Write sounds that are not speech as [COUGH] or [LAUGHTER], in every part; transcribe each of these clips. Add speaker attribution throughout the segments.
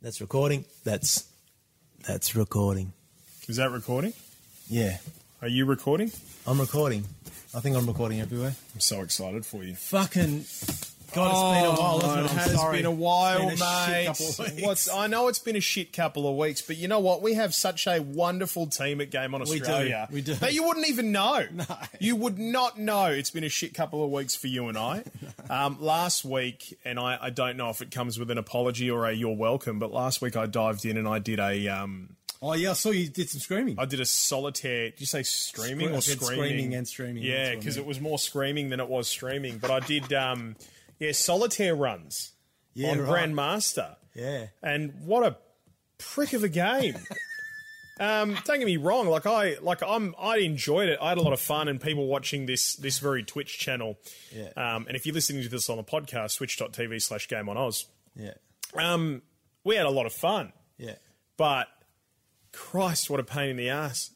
Speaker 1: That's recording. That's that's recording.
Speaker 2: Is that recording?
Speaker 1: Yeah,
Speaker 2: Are you recording?
Speaker 1: I'm recording. I think I'm recording everywhere.
Speaker 2: I'm so excited for you.
Speaker 1: Fucking God, it's been a while.
Speaker 2: Oh,
Speaker 1: Hasn't it?
Speaker 2: it
Speaker 1: I'm
Speaker 2: has
Speaker 1: sorry.
Speaker 2: been a while,
Speaker 1: It's been a shit
Speaker 2: mate.
Speaker 1: couple of weeks.
Speaker 2: What's I know it's been a shit couple of weeks, but you know what? We have such a wonderful team at Game On
Speaker 1: We do.
Speaker 2: Australia.
Speaker 1: We do.
Speaker 2: That you wouldn't even know.
Speaker 1: [LAUGHS] No.
Speaker 2: You would not know. It's been a shit couple of weeks for you
Speaker 1: [LAUGHS]
Speaker 2: and I. um, last week, and I, I don't know if it comes with an apology or a you're welcome, but last week I dived in and I did a um,
Speaker 1: Oh yeah, I saw you did some screaming.
Speaker 2: I did a solitaire. Did you say streaming
Speaker 1: Scre-
Speaker 2: or
Speaker 1: I said
Speaker 2: screaming?
Speaker 1: screaming and streaming, that's
Speaker 2: Yeah,
Speaker 1: what I
Speaker 2: because
Speaker 1: meant.
Speaker 2: it was more screaming than it was streaming. But I did, um, yeah, solitaire runs
Speaker 1: yeah,
Speaker 2: on
Speaker 1: right.
Speaker 2: Grandmaster.
Speaker 1: Yeah,
Speaker 2: And what a prick of
Speaker 1: [LAUGHS]
Speaker 2: a game. um, don't get me wrong, like I like I'm I enjoyed it. I had a lot of fun and people watching this this very Twitch channel.
Speaker 1: Yeah.
Speaker 2: Um, and if you're listening to this on the podcast, twitch.tv slash game on Oz,
Speaker 1: yeah,
Speaker 2: um, we had a lot of fun
Speaker 1: yeah.
Speaker 2: but Christ, what a pain in the ass.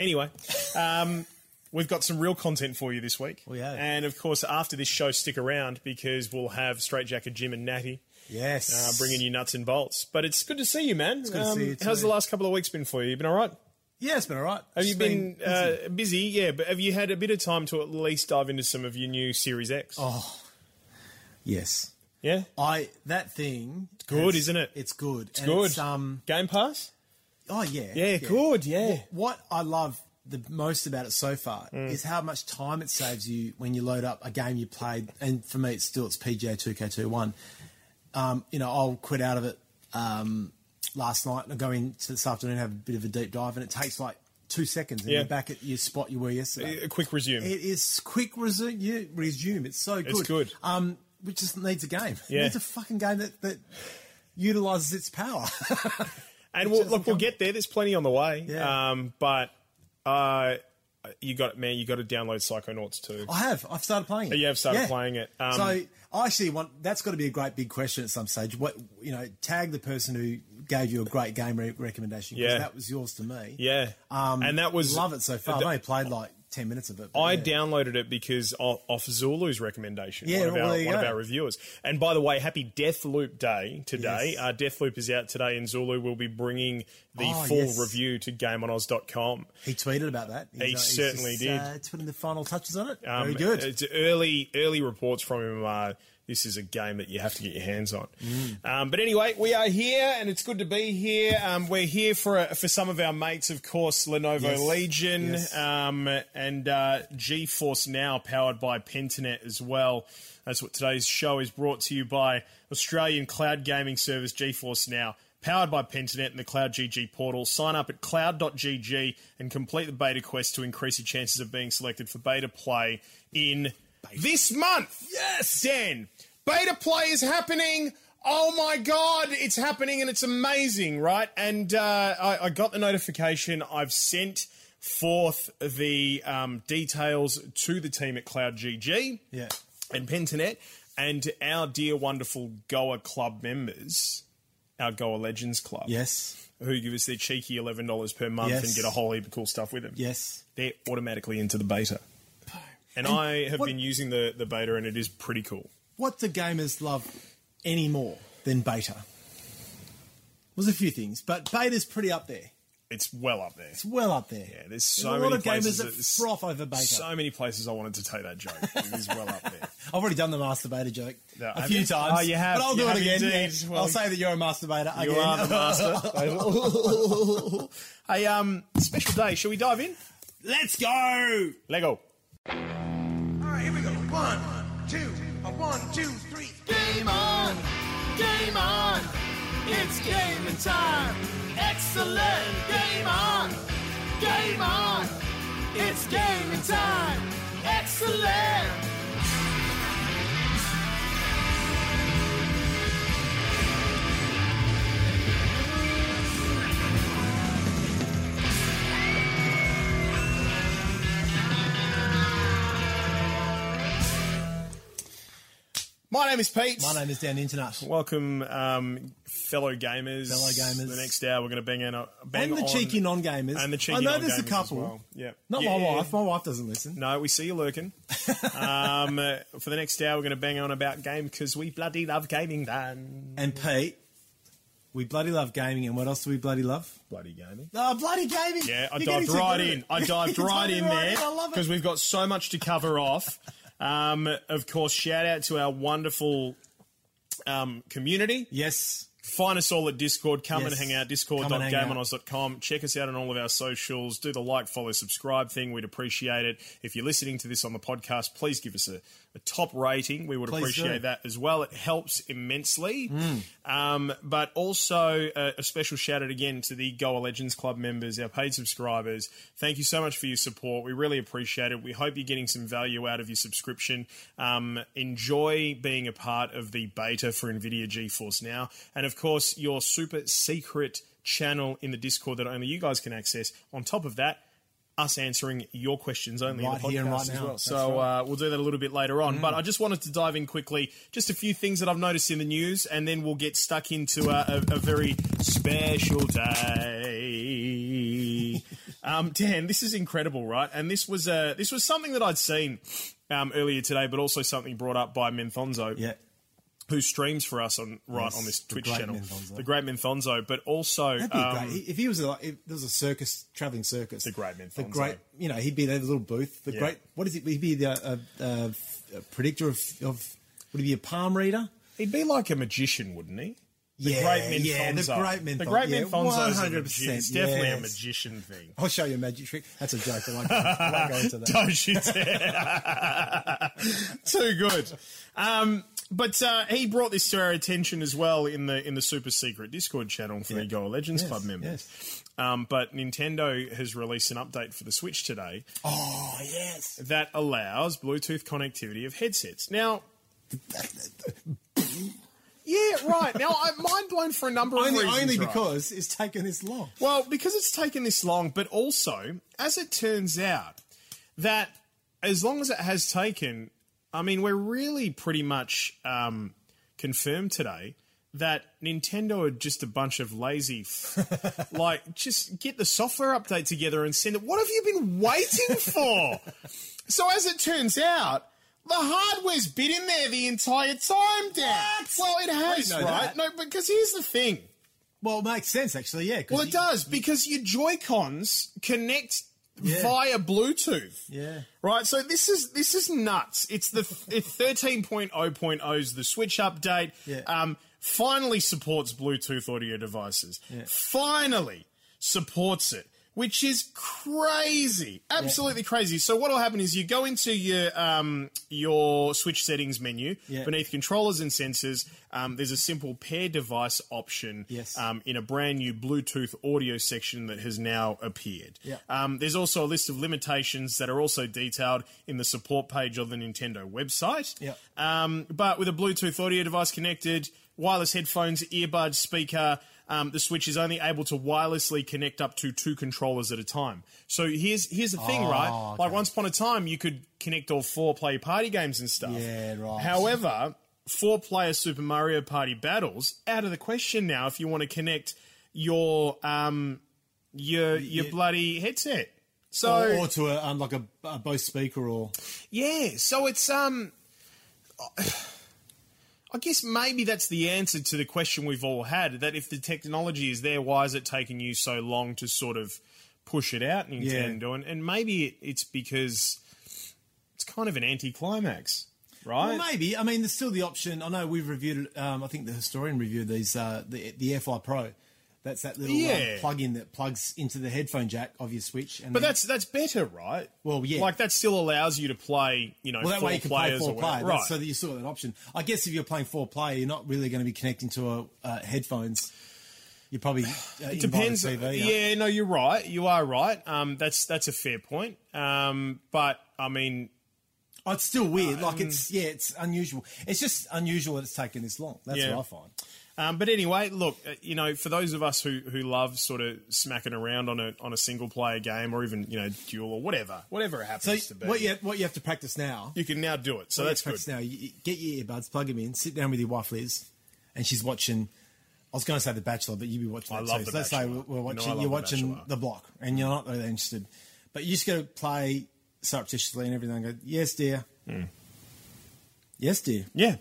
Speaker 2: Anyway, um, we've got some real content for you this week.
Speaker 1: We have.
Speaker 2: And of course, after this show, stick around because we'll have Straight Jacket Jim and Natty
Speaker 1: Yes,
Speaker 2: uh, bringing you nuts and bolts. But it's good to see you, man. It's
Speaker 1: good to see you
Speaker 2: How's
Speaker 1: too.
Speaker 2: the last couple of weeks been for you? You been all right?
Speaker 1: Yeah, it's been all right.
Speaker 2: Have you been, uh, busy? Yeah, but have you had a bit of time to at least dive into some of your new Series X? Oh.
Speaker 1: yes,
Speaker 2: Yeah?
Speaker 1: I that thing. It's
Speaker 2: good, isn't it?
Speaker 1: It's good. It's
Speaker 2: Good.
Speaker 1: It's, um.
Speaker 2: Game Pass?
Speaker 1: Oh yeah.
Speaker 2: Yeah, good, yeah.
Speaker 1: What I love the most about it so far
Speaker 2: Mm.
Speaker 1: is how much time it saves you when you load up a game you played, and for me, it's still it's PGA Two K Two One. Um, you know, I'll quit out of it um, last night and I'll go in to this afternoon and have a bit of a deep dive, and it takes like two seconds, and
Speaker 2: Yeah.
Speaker 1: you're back at your spot you were yesterday.
Speaker 2: A quick resume.
Speaker 1: It is quick resume. Yeah, resume. It's so good.
Speaker 2: good.
Speaker 1: Um, we just needs a game. [LAUGHS]
Speaker 2: Yeah.
Speaker 1: It needs a fucking game that that utilizes its power. [LAUGHS]
Speaker 2: And we'll,
Speaker 1: doesn't
Speaker 2: look, we'll
Speaker 1: come-
Speaker 2: get there. There's plenty on the way.
Speaker 1: Yeah.
Speaker 2: Um, but uh, you got man, you got to download Psychonauts too.
Speaker 1: I have. I've started playing it.
Speaker 2: You have started
Speaker 1: Oh, Yeah.
Speaker 2: playing it. Um,
Speaker 1: so I actually want that's got to be a great big question at some stage. What you know, tag the person who gave you a great game re- recommendation because
Speaker 2: Yeah.
Speaker 1: that was yours to me.
Speaker 2: yeah.
Speaker 1: um,
Speaker 2: and that was
Speaker 1: love it so far.
Speaker 2: th-
Speaker 1: I only played like ten minutes of it. but
Speaker 2: I
Speaker 1: yeah.
Speaker 2: downloaded it because of, off Zulu's recommendation,
Speaker 1: Yeah,
Speaker 2: one, of
Speaker 1: well,
Speaker 2: our,
Speaker 1: there you
Speaker 2: one of
Speaker 1: go.
Speaker 2: our reviewers. And by the way, happy Death Loop Day today.
Speaker 1: Yes.
Speaker 2: Uh, Death Loop is out today, and Zulu will be bringing the
Speaker 1: Oh,
Speaker 2: full
Speaker 1: yes.
Speaker 2: review to GameOnOz.com.
Speaker 1: He tweeted about that. He's,
Speaker 2: He
Speaker 1: he's
Speaker 2: certainly
Speaker 1: just,
Speaker 2: did.
Speaker 1: Uh, putting the final touches on it.
Speaker 2: Um,
Speaker 1: Very good.
Speaker 2: It's early early reports from him are this is a game that you have to get your hands on.
Speaker 1: Mm.
Speaker 2: Um, but anyway, we are here and it's good to be here. Um, we're here for uh, for some of our mates, of course, Lenovo
Speaker 1: Yes.
Speaker 2: Legion
Speaker 1: Yes.
Speaker 2: um, and uh, GeForce Now, powered by Pentanet as well. That's what today's show is brought to you by Australian cloud gaming service GeForce Now. Powered by Pentanet and the Cloud GG portal. Sign up at cloud.gg and complete the beta quest to increase your chances of being selected for beta play in this month. Yes! Dan, beta play is happening. Oh my God, it's happening and it's amazing, right? And uh, I, I got the notification. I've sent forth the um, details to the team at Cloud GG
Speaker 1: yeah.
Speaker 2: and Pentanet and our dear, wonderful Goa Club members, our Goa Legends Club,
Speaker 1: Yes.
Speaker 2: who give us their cheeky $11 per month
Speaker 1: Yes.
Speaker 2: and get a whole heap of cool stuff with them
Speaker 1: Yes.
Speaker 2: they're automatically into the beta. And, I have
Speaker 1: what-
Speaker 2: been using the, the beta, and it is pretty cool.
Speaker 1: What do gamers love any more than beta? Was a few things, but beta's pretty up there.
Speaker 2: It's well up there.
Speaker 1: It's well up there.
Speaker 2: Yeah, there's so
Speaker 1: a
Speaker 2: many
Speaker 1: lot of gamers
Speaker 2: places
Speaker 1: that
Speaker 2: that's-
Speaker 1: froth over beta.
Speaker 2: So many places I wanted to take that joke. It is well
Speaker 1: [LAUGHS]
Speaker 2: up there.
Speaker 1: I've already done the masturbator joke
Speaker 2: No,
Speaker 1: a
Speaker 2: have
Speaker 1: few
Speaker 2: you?
Speaker 1: times.
Speaker 2: Oh, you have.
Speaker 1: But I'll
Speaker 2: You
Speaker 1: do it
Speaker 2: have
Speaker 1: again.
Speaker 2: indeed.
Speaker 1: yeah.
Speaker 2: Well,
Speaker 1: I'll say that you're a masturbator
Speaker 2: You
Speaker 1: again.
Speaker 2: are the master. [LAUGHS] hey, um, special day. Shall we dive in?
Speaker 1: Let's go.
Speaker 2: Lego.
Speaker 3: All right, here we go. One, two, a one, two, three.
Speaker 4: Game on! Game on! It's game time! Excellent! Game on! Game on! It's game time! Excellent!
Speaker 2: My name is Pete.
Speaker 1: My name is Dan Internet.
Speaker 2: Welcome, um, fellow gamers.
Speaker 1: Fellow gamers.
Speaker 2: The next hour, we're going to bang, in, bang
Speaker 1: And the
Speaker 2: on-
Speaker 1: cheeky non-gamers.
Speaker 2: And the cheeky
Speaker 1: I know there's a
Speaker 2: non-gamers as
Speaker 1: couple.
Speaker 2: well. Yeah.
Speaker 1: Not
Speaker 2: Yeah.
Speaker 1: my wife. My wife doesn't listen.
Speaker 2: No, we see you
Speaker 1: [LAUGHS]
Speaker 2: lurking. um, uh, for the next hour, we're going to bang on about game because we bloody love gaming, Dan.
Speaker 1: And Pete, We bloody love gaming, and what else do we bloody love?
Speaker 2: Bloody gaming.
Speaker 1: Oh, bloody gaming!
Speaker 2: Yeah, I
Speaker 1: [LAUGHS] You're getting
Speaker 2: dived
Speaker 1: so good
Speaker 2: right
Speaker 1: at
Speaker 2: in.
Speaker 1: it.
Speaker 2: I dived
Speaker 1: You
Speaker 2: right
Speaker 1: dived
Speaker 2: in
Speaker 1: in. I
Speaker 2: there
Speaker 1: love it.
Speaker 2: because we've got so much to cover off. Um, of course, shout out to our wonderful um, community.
Speaker 1: yes,
Speaker 2: Find us all at Discord. Come and
Speaker 1: Yes.
Speaker 2: hang out.
Speaker 1: Come and hang
Speaker 2: Discord.gameonos.com. Check us out on all of our socials. Do the like, follow, subscribe thing. We'd appreciate it. If you're listening to this on the podcast, please give us a, a top rating. We would
Speaker 1: Please
Speaker 2: appreciate
Speaker 1: do.
Speaker 2: that as well. It helps immensely.
Speaker 1: Mm.
Speaker 2: Um, but also uh, a special shout out again to the Goa Legends Club members, our paid subscribers. Thank you so much for your support. We really appreciate it. We hope you're getting some value out of your subscription. Um, enjoy being a part of the beta for NVIDIA GeForce Now. And of course, your super secret channel in the Discord that only you guys can access. On top of that, us answering your questions only in
Speaker 1: Right
Speaker 2: the podcast
Speaker 1: here and right
Speaker 2: as
Speaker 1: now.
Speaker 2: well.
Speaker 1: That's
Speaker 2: So uh, we'll do that a little bit later on.
Speaker 1: Mm.
Speaker 2: But I just wanted to dive in quickly, just a few things that I've noticed in the news, and then we'll get stuck into a, a, a very special day. um, Dan, this is incredible, right? And this was uh, this was something that I'd seen um, earlier today, but also something brought up by Menthonzo
Speaker 1: yeah.
Speaker 2: who streams for us on right
Speaker 1: Yes,
Speaker 2: on this
Speaker 1: the
Speaker 2: Twitch
Speaker 1: great
Speaker 2: channel,
Speaker 1: Menthonzo.
Speaker 2: the Great Menthonzo, but also
Speaker 1: That'd be
Speaker 2: um,
Speaker 1: great. If he was a, if there was a circus, traveling circus, the
Speaker 2: great Menthonzo.
Speaker 1: the great, you know, he'd be there, the little booth, the
Speaker 2: Yeah.
Speaker 1: great. What is it? He'd be the uh, uh, a predictor of, of. Would he be a palm reader?
Speaker 2: he'd be like a magician, wouldn't he? The
Speaker 1: yeah,
Speaker 2: great Menfonzo.
Speaker 1: yeah, the great Menfonzo.
Speaker 2: The great
Speaker 1: yeah,
Speaker 2: Menfonzo is a
Speaker 1: 100%,
Speaker 2: magi- It's definitely a
Speaker 1: yes.
Speaker 2: magician thing.
Speaker 1: I'll show you a magic trick. That's a joke. I won't go, I won't go into that.
Speaker 2: [LAUGHS] Don't you dare. [LAUGHS] Too good. Um, but uh, he brought this to our attention as well in the in the super secret Discord channel for the
Speaker 1: Yeah.
Speaker 2: Goa Legends
Speaker 1: Yes,
Speaker 2: Club members. Um, but Nintendo has released an update for the Switch today
Speaker 1: Oh yes,
Speaker 2: that allows Bluetooth connectivity of headsets. Now, yeah, right. Now I'm mind blown for a number of
Speaker 1: only,
Speaker 2: reasons.
Speaker 1: only
Speaker 2: right?
Speaker 1: because it's taken this long.
Speaker 2: Well, because it's taken this long, but also, as it turns out, that as long as it has taken, I mean, we're really pretty much um, confirmed today that Nintendo are just a bunch of
Speaker 1: [LAUGHS]
Speaker 2: lazy, f- like, just get the software update together and send it. What have you been waiting for? so, as it turns out, the hardware's been in there the entire time, Dan. Well, it has,
Speaker 1: know
Speaker 2: right?
Speaker 1: that.
Speaker 2: No, because here's the thing.
Speaker 1: Well, it makes sense actually. Yeah. 'cause
Speaker 2: Well, it
Speaker 1: you-
Speaker 2: does because your Joy Cons connect
Speaker 1: Yeah.
Speaker 2: via Bluetooth.
Speaker 1: Yeah.
Speaker 2: Right. So this is this is nuts. It's the thirteen point oh point oh's the Switch update.
Speaker 1: Yeah.
Speaker 2: Um, finally supports Bluetooth audio devices.
Speaker 1: Yeah.
Speaker 2: Finally supports it. Which is crazy, absolutely crazy. So what will happen is you go into your um, your Switch settings menu
Speaker 1: Yeah.
Speaker 2: beneath controllers and sensors. Um, there's a simple pair device option
Speaker 1: Yes.
Speaker 2: um, in a brand new Bluetooth audio section that has now appeared.
Speaker 1: Yeah.
Speaker 2: Um, there's also a list of limitations that are also detailed in the support page of the Nintendo website.
Speaker 1: Yeah.
Speaker 2: Um, but with a Bluetooth audio device connected, wireless headphones, earbuds, speaker, um, the Switch is only able to wirelessly connect up to two controllers at a time. So here's here's the
Speaker 1: Oh,
Speaker 2: thing, right? Like once upon a time, you could connect all four, play party games and stuff.
Speaker 1: Yeah, right.
Speaker 2: However, four player Super Mario Party battles out of the question now if you want to connect your um your your bloody headset. So
Speaker 1: Or, or to a um, like a, a Bose speaker or
Speaker 2: yeah, so it's um I guess maybe that's the answer to the question we've all had that if the technology is there, why is it taking you so long to sort of push it out, Nintendo? And, and maybe it, it's because it's kind of an anticlimax, right?
Speaker 1: Well, maybe. I mean, there's still the option. I know we've reviewed it. Um, I think the historian reviewed these. Uh, the the FI Pro. That's that little
Speaker 2: Yeah.
Speaker 1: um, plug-in that plugs into the headphone jack of your Switch. And
Speaker 2: But
Speaker 1: then-
Speaker 2: that's that's better, right?
Speaker 1: Well, yeah.
Speaker 2: Like that still allows you to play, you know,
Speaker 1: well, that
Speaker 2: four
Speaker 1: way you can play
Speaker 2: players
Speaker 1: four
Speaker 2: or whatever.
Speaker 1: player,
Speaker 2: right?
Speaker 1: That's- so that you still got that option. I guess if you're playing four player, you're not really going to be connecting to a uh, headphones. You probably uh,
Speaker 2: it depends.
Speaker 1: TV, uh,
Speaker 2: yeah, no, you're right. You are right. Um, that's that's a fair point. Um, but I mean,
Speaker 1: Oh, it's still weird. Like
Speaker 2: Um,
Speaker 1: it's yeah, it's unusual. It's just unusual that it's taken this long. That's
Speaker 2: Yeah.
Speaker 1: what I find.
Speaker 2: Um, but anyway, look, uh, you know, for those of us who, who love sort of smacking around on a on a single player game or even you know duel or whatever, whatever it
Speaker 1: So
Speaker 2: happens to be,
Speaker 1: what you what you have to practice now
Speaker 2: you can now do it. So
Speaker 1: Yeah,
Speaker 2: that's good.
Speaker 1: practice Now, You- you get your earbuds, plug them in, sit down with your wife Liz, and she's watching. I was going to say The Bachelor, but you'd be watching.
Speaker 2: I
Speaker 1: That
Speaker 2: love
Speaker 1: too.
Speaker 2: The
Speaker 1: so let's say
Speaker 2: Bachelor.
Speaker 1: we're, we're
Speaker 2: You know, I
Speaker 1: watching.
Speaker 2: love
Speaker 1: you're
Speaker 2: The
Speaker 1: watching
Speaker 2: Bachelor.
Speaker 1: the, block, and you're not really interested, but you just got to play
Speaker 2: Hmm.
Speaker 1: surreptitiously and everything. and Go, yes, dear. Yes, dear.
Speaker 2: Yeah.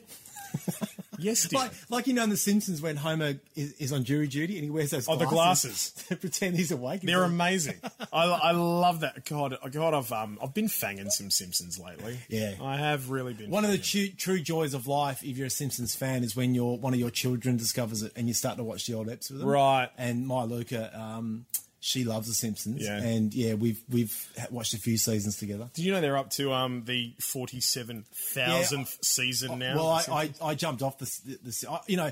Speaker 2: [LAUGHS] Yes, dear.
Speaker 1: Like, like you know in The Simpsons when Homer is, is on jury duty and he wears those
Speaker 2: Oh, the glasses.
Speaker 1: [LAUGHS] to pretend he's awake.
Speaker 2: They're amazing. I, I love that. God, God, I've um, I've been fanging some Simpsons lately.
Speaker 1: Yeah.
Speaker 2: I have really been.
Speaker 1: One of the
Speaker 2: fanging.
Speaker 1: true, true joys of life, if you're a Simpsons fan, is when your one of your children discovers it and you start to watch the old eps with them.
Speaker 2: Right.
Speaker 1: And my Luca, um, she loves the Simpsons.
Speaker 2: Yeah.
Speaker 1: And yeah, we've we've ha- watched a few seasons together.
Speaker 2: Do you know they're up to um the forty-seven thousandth season now?
Speaker 1: Well, I, I, I jumped off the, the, the I, you know,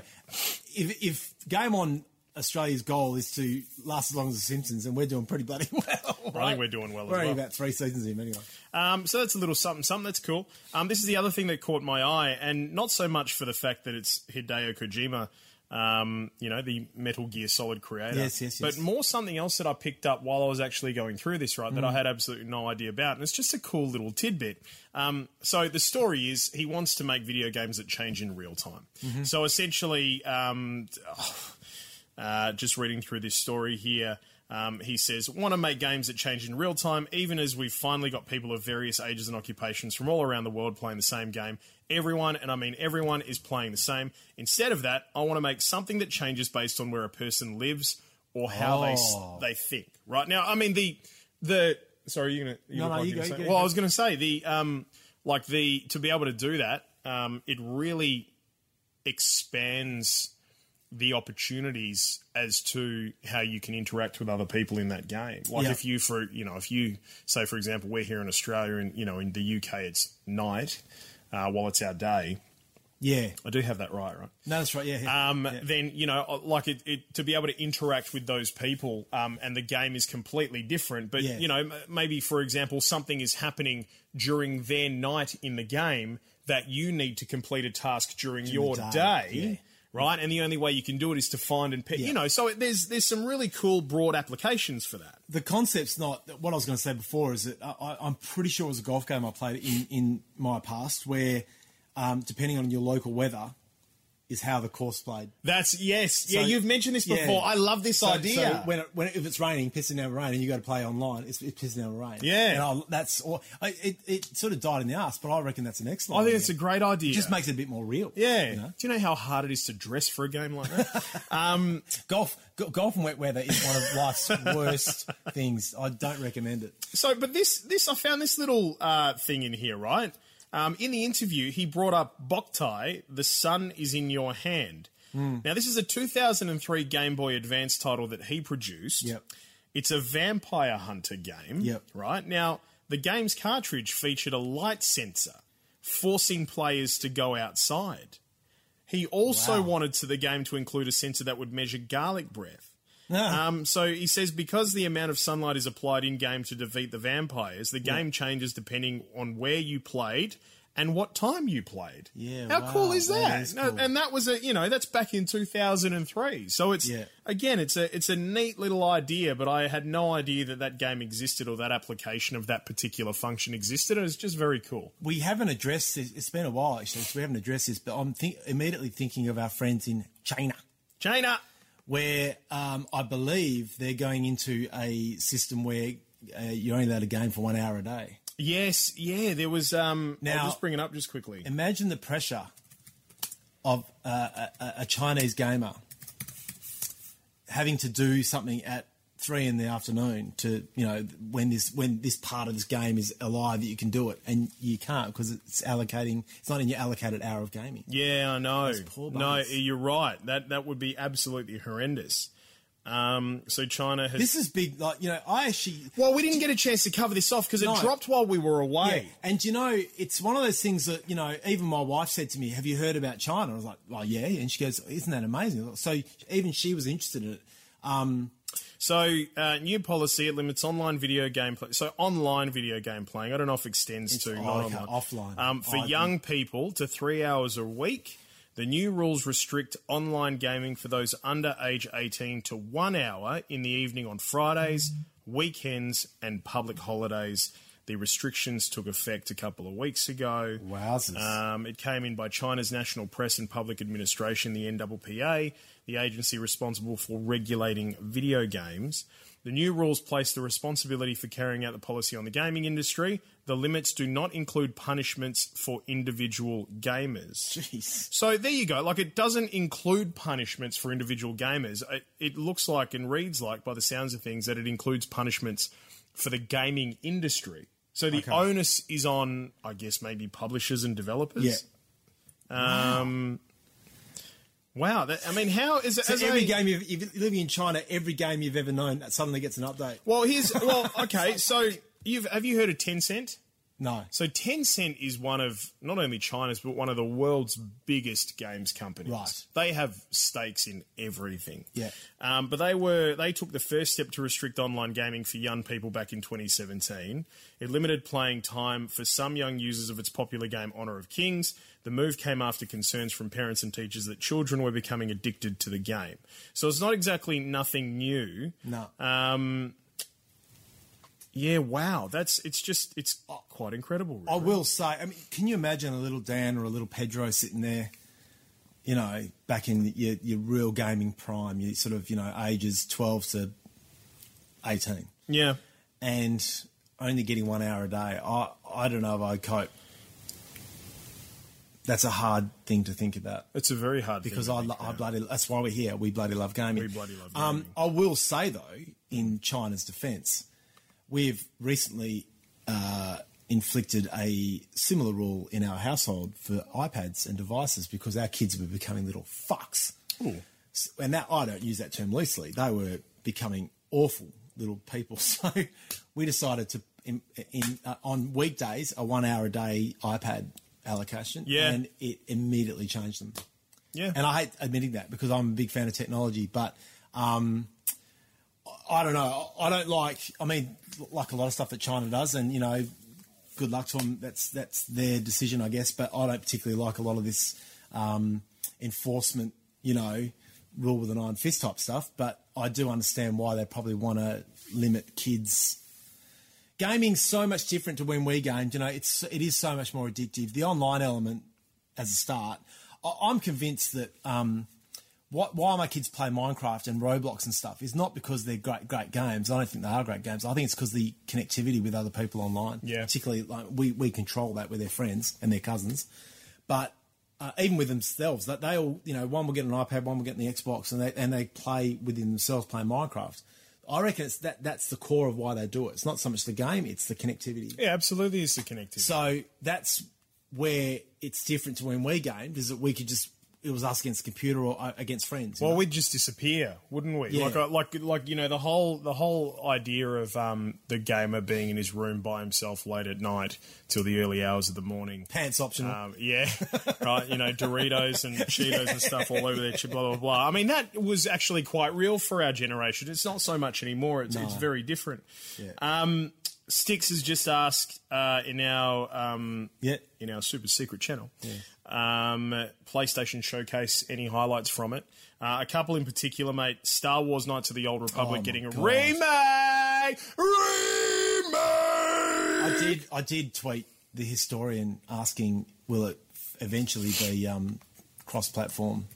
Speaker 1: if if Game On Australia's goal is to last as long as the Simpsons, and we're doing pretty bloody [LAUGHS] well.
Speaker 2: I
Speaker 1: right?
Speaker 2: think we're doing well.
Speaker 1: We're
Speaker 2: as
Speaker 1: only
Speaker 2: well.
Speaker 1: about three seasons in anyway.
Speaker 2: Um, so that's a little something, something that's cool. Um, this is the other thing that caught my eye, and not so much for the fact that it's Hideo Kojima, um, you know, the Metal Gear Solid creator.
Speaker 1: Yes, yes, yes.
Speaker 2: But more something else that I picked up while I was actually going through this, right, that I had absolutely no idea about. And it's just a cool little tidbit. Um, so the story is he wants to make video games that change in real time. So essentially, um, [SIGHS] uh, just reading through this story here. Um, he says, want to make games that change in real time, even as we've finally got people of various ages and occupations from all around the world playing the same game. Everyone, and I mean everyone, is playing the same. Instead of that, I want to make something that changes based on where a person lives or how they s-
Speaker 1: Oh.
Speaker 2: they think. Right now, I mean the the sorry, you're gonna you
Speaker 1: No,
Speaker 2: look
Speaker 1: no,
Speaker 2: like
Speaker 1: you
Speaker 2: you're
Speaker 1: go,
Speaker 2: gonna
Speaker 1: you
Speaker 2: say-
Speaker 1: go,
Speaker 2: well, I
Speaker 1: you
Speaker 2: was going to say the um like the to be able to do that, um, it really expands the opportunities as to how you can interact with other people in that game. Like
Speaker 1: Yeah.
Speaker 2: if you for you know if you say for example we're here in Australia and you know in the UK it's night uh, while it's our day.
Speaker 1: Yeah.
Speaker 2: I do have that right, right?
Speaker 1: No, that's right. Yeah. yeah.
Speaker 2: um, then you know, like it, it to be able to interact with those people, um, and the game is completely different. But
Speaker 1: Yeah.
Speaker 2: you know, m- maybe for example, something is happening during their night in the game that you need to complete a task during, your
Speaker 1: the
Speaker 2: day.
Speaker 1: day,
Speaker 2: Right, and the only way you can do it is to find and pick. You know, so it, there's there's some really cool broad applications for that.
Speaker 1: the concept's not what I was going to say before is that I, I, I'm pretty sure it was a golf game I played in, in my past where, um, depending on your local weather, is how the course played.
Speaker 2: That's yes, yeah.
Speaker 1: So-
Speaker 2: You've mentioned this
Speaker 1: yeah.
Speaker 2: before. I love this
Speaker 1: So-
Speaker 2: idea.
Speaker 1: So when it, when it, if it's raining, pissing down with rain, and you got to play online, it's, it's pissing down with rain.
Speaker 2: Yeah.
Speaker 1: and I, that's all. I, it, it sort of died in the ass, but I reckon that's an excellent.
Speaker 2: I think
Speaker 1: idea.
Speaker 2: it's a great idea.
Speaker 1: It just makes it a bit more real.
Speaker 2: yeah.
Speaker 1: you know?
Speaker 2: Do you know how hard it is to dress for a game like that?
Speaker 1: golf go, golf and wet weather is one of
Speaker 2: [LAUGHS]
Speaker 1: life's worst things. I don't recommend it.
Speaker 2: So, but this this I found this little uh, thing in here, right? Um, in the interview, he brought up Boktai, The Sun is in Your Hand.
Speaker 1: Hmm.
Speaker 2: Now, this is a 2003 Game Boy Advance title that he produced.
Speaker 1: Yep.
Speaker 2: It's a vampire hunter game.
Speaker 1: Yep.
Speaker 2: Right? Now, the game's cartridge featured a light sensor, forcing players to go outside. He also
Speaker 1: Wow.
Speaker 2: wanted to the game to include a sensor that would measure garlic breath. Um, so he says because the amount of sunlight is applied in game to defeat the vampires, the game changes depending on where you played and what time you played.
Speaker 1: Yeah,
Speaker 2: how
Speaker 1: wow,
Speaker 2: cool is
Speaker 1: that
Speaker 2: that?
Speaker 1: is
Speaker 2: No,
Speaker 1: cool.
Speaker 2: And that was a you know that's back in two thousand and three. So it's
Speaker 1: Yeah.
Speaker 2: again it's a it's a neat little idea, but I had no idea that that game existed or that application of that particular function existed. It was just very cool.
Speaker 1: we haven't addressed this. It's been a while actually, so we haven't addressed this. But I'm think, immediately thinking of our friends in China,
Speaker 2: China.
Speaker 1: where um, I believe they're going into a system where uh, you're only allowed to game for one hour a day.
Speaker 2: Yes, yeah. There was. Um, I'll
Speaker 1: Now-
Speaker 2: just bring it up just quickly.
Speaker 1: Imagine the pressure of uh, a, a- a Chinese gamer having to do something at three in the afternoon to you know when this when this part of this game is alive that you can do it and you can't because it's allocating it's not in your allocated hour of gaming.
Speaker 2: Yeah, I know.
Speaker 1: poor
Speaker 2: No,
Speaker 1: buggers.
Speaker 2: you're right. That that would be absolutely horrendous. Um, so China has.
Speaker 1: This is big, like you know. I actually
Speaker 2: well, we didn't get a chance to cover this off because it
Speaker 1: No.
Speaker 2: dropped while we were away.
Speaker 1: Yeah. And you know, it's one of those things that, you know, even my wife said to me, Have you heard about China? I was like, Well, yeah. And she goes, Isn't that amazing? So even she was interested in it.
Speaker 2: So uh, new policy it limits online video game play. So online video game playing. I don't know if it extends to
Speaker 1: oh,
Speaker 2: not
Speaker 1: okay,
Speaker 2: online.
Speaker 1: offline.
Speaker 2: Um, for
Speaker 1: Oh, I
Speaker 2: young people to three hours a week. The new rules restrict online gaming for those under age 18 to one hour in the evening on Fridays, weekends, and public holidays. The restrictions took effect a couple of weeks ago.
Speaker 1: Wowzers.
Speaker 2: Um, it came in by China's National Press and Public Administration, the NPPA, the agency responsible for regulating video games. The new rules place the responsibility for carrying out the policy on the gaming industry. The limits do not include punishments for individual gamers.
Speaker 1: Jeez.
Speaker 2: So there you go. Like it doesn't include punishments for individual gamers. It, it looks like and reads like, by the sounds of things, that it includes punishments for the gaming industry. So the onus is on, I guess, maybe publishers and developers. Um,
Speaker 1: Yeah.
Speaker 2: Wow. That, I mean, how is it?
Speaker 1: So
Speaker 2: as
Speaker 1: every
Speaker 2: a-
Speaker 1: game you've, if you're living in China, every game you've ever known that suddenly gets an update.
Speaker 2: Well, here's. Well, okay. so you've have you heard of Tencent?
Speaker 1: No.
Speaker 2: So Tencent is one of not only China's but one of the world's biggest games companies.
Speaker 1: Right.
Speaker 2: They have stakes in everything.
Speaker 1: Yeah.
Speaker 2: Um, but they were they took the first step to restrict online gaming for young people back in 2017. It limited playing time for some young users of its popular game Honor of Kings. The move came after concerns from parents and teachers that children were becoming addicted to the game. So it's not exactly nothing new. Um,
Speaker 1: No.
Speaker 2: Yeah, wow. That's it's just it's quite incredible.
Speaker 1: I
Speaker 2: really.
Speaker 1: will say, I mean, can you imagine a little Dan or a little Pedro sitting there, you know, back in your, your real gaming prime, you sort of, you know, ages 12 to 18,
Speaker 2: Yeah.
Speaker 1: and only getting one hour a day? I, I don't know if I'd cope. That's a hard thing to think about.
Speaker 2: It's a very hard
Speaker 1: because
Speaker 2: thing
Speaker 1: I,
Speaker 2: to
Speaker 1: lo-
Speaker 2: think
Speaker 1: I
Speaker 2: about.
Speaker 1: bloody that's why we're here. We bloody love gaming.
Speaker 2: We bloody love
Speaker 1: Um, I will say though, in China's defence, we've recently uh, inflicted a similar rule in our household for iPads and devices because our kids were becoming little fucks. S- And that I don't use that term loosely. They were becoming awful little people. [LAUGHS] So we decided to in, in uh, on weekdays a one hour a day iPad allocation.
Speaker 2: Yeah.
Speaker 1: and it immediately changed them.
Speaker 2: Yeah.
Speaker 1: [LAUGHS] And I hate admitting that because I'm a big fan of technology, but um, I don't know. I don't like. I mean, like a lot of stuff that China does, and you know, good luck to them. That's that's their decision, I guess. But I don't particularly like a lot of this um, enforcement. You know, rule with an iron fist type stuff. But I do understand why they probably want to limit kids. Gaming's so much different to when we gamed. You know, it's it is so much more addictive. The online element as a start. I, I'm convinced that um, what, why my kids play Minecraft and Roblox and stuff is not because they're great great games. I don't think they are great games. I think it's because the connectivity with other people online.
Speaker 2: Yeah.
Speaker 1: particularly like we we control that with their friends and their cousins, but. Uh, even with themselves, that they all, you know, one will get an iPad, one will get the Xbox, and they and they play within themselves, play Minecraft. I reckon it's that that's the core of why they do it. It's not so much the game; it's the connectivity.
Speaker 2: Yeah, absolutely is the connectivity.
Speaker 1: So that's where it's different to when we gamed, is that we could just it was us against the computer or uh, against friends. you
Speaker 2: well,
Speaker 1: know?
Speaker 2: we'd just disappear, wouldn't we?
Speaker 1: Yeah.
Speaker 2: Like, I- like, like you know, the whole the whole idea of um, the gamer being in his room by himself late at night till the early hours of the morning.
Speaker 1: pants optional.
Speaker 2: Um, yeah, [LAUGHS] right. You know,
Speaker 1: [LAUGHS]
Speaker 2: Doritos and Cheetos and stuff all over there. Blah blah blah. I mean, that was actually quite real for our generation. It's not so much anymore. It's it's very different.
Speaker 1: yeah. Um,
Speaker 2: Stix has just asked uh, in our um,
Speaker 1: yeah.
Speaker 2: in our super secret channel. Um, PlayStation showcase any highlights from it. Uh, a couple in particular, mate. Star Wars: Knights of the Old Republic
Speaker 1: Oh my
Speaker 2: getting a
Speaker 1: God.
Speaker 2: remake.
Speaker 1: I
Speaker 2: Remake.
Speaker 1: did. I did tweet the historian asking, "Will it f- eventually be um, cross-platform?"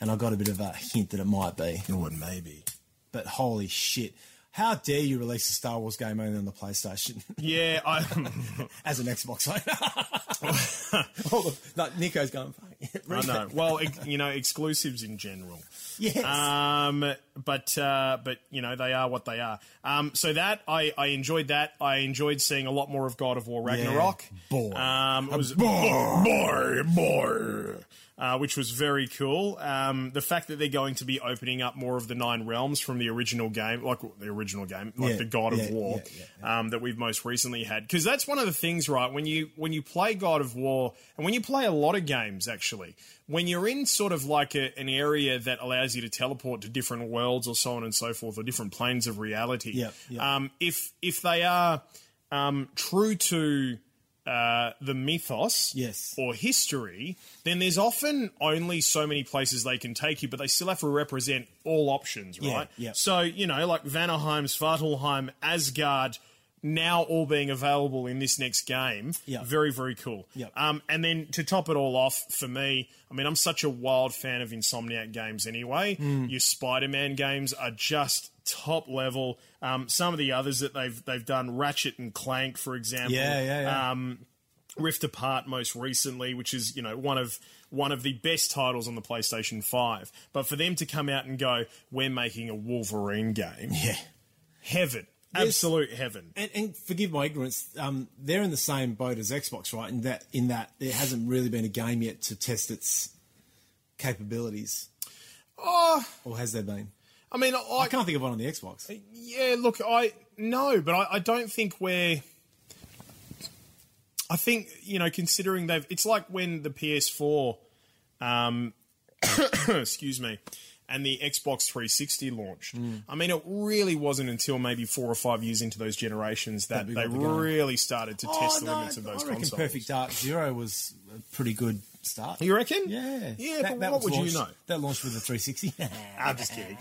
Speaker 1: And I got a bit of a hint that it might be.
Speaker 2: Oh, and maybe.
Speaker 1: But holy shit! How dare you release a Star Wars game only on the PlayStation [LAUGHS]
Speaker 2: Yeah, I, [LAUGHS]
Speaker 1: as an Xbox owner? [LAUGHS]
Speaker 2: [LAUGHS]
Speaker 1: Oh, no, Nico's going. Fuck.
Speaker 2: I know. Well, ex- you know, exclusives in general.
Speaker 1: [LAUGHS] Yes.
Speaker 2: Um, but uh, but you know they are what they are. Um, so that I, I enjoyed that. I enjoyed seeing a lot more of God of War Ragnarok.
Speaker 1: boy.
Speaker 2: Um, it was
Speaker 1: boy.
Speaker 2: boy, boy. Uh, which was very cool. Um, the fact that they're going to be opening up more of the nine realms from the original game, like the original game, like
Speaker 1: Yeah,
Speaker 2: the God
Speaker 1: yeah,
Speaker 2: of War,
Speaker 1: yeah, yeah.
Speaker 2: um, that we've most recently had. Because that's one of the things, right? When you when you play God of War, and when you play a lot of games, actually, when you're in sort of like a, an area that allows you to teleport to different worlds or so on and so forth, or different planes of reality.
Speaker 1: Yeah, yeah.
Speaker 2: Um, if if they are um, true to uh, the mythos
Speaker 1: Yes.
Speaker 2: or history, then there's often only so many places they can take you, but they still have to represent all options, right?
Speaker 1: yeah.
Speaker 2: So, you know, like Vanaheim, Svartalheim, Asgard, now all being available in this next game.
Speaker 1: Yeah.
Speaker 2: Very, very cool.
Speaker 1: Yeah.
Speaker 2: Um, and then to top it all off, for me, I mean, I'm such a wild fan of Insomniac games anyway.
Speaker 1: Mm.
Speaker 2: Your Spider Man games are just top level. Um, some of the others that they've they've done, Ratchet and Clank, for example.
Speaker 1: Yeah, yeah, yeah.
Speaker 2: Um, Rift Apart most recently, which is you know one of one of the best titles on the PlayStation Five. But for them to come out and go, we're making a Wolverine game, [LAUGHS]
Speaker 1: Yeah.
Speaker 2: heaven, absolute heaven.
Speaker 1: And, and forgive my ignorance. Um, they're in the same boat as Xbox, right? In that, in that, there hasn't really been a game yet to test its capabilities. Oh, or has there been?
Speaker 2: I mean, I,
Speaker 1: I can't think of one on the Xbox.
Speaker 2: Yeah, look, I no, but I, I don't think we're. I think you know, considering they've, it's like when the PS4, um, [COUGHS] excuse me, and the Xbox 360 launched.
Speaker 1: Mm.
Speaker 2: I mean, it really wasn't until maybe four or five years into those generations that,
Speaker 1: we
Speaker 2: they
Speaker 1: got the game.
Speaker 2: really started to test the limits of those
Speaker 1: Oh, I reckon
Speaker 2: consoles.
Speaker 1: Perfect Dark Zero was a pretty good start.
Speaker 2: You reckon?
Speaker 1: Yeah.
Speaker 2: yeah. but what
Speaker 1: was
Speaker 2: would
Speaker 1: launched-
Speaker 2: you know?
Speaker 1: That launched with the 360.
Speaker 2: I'm just kidding.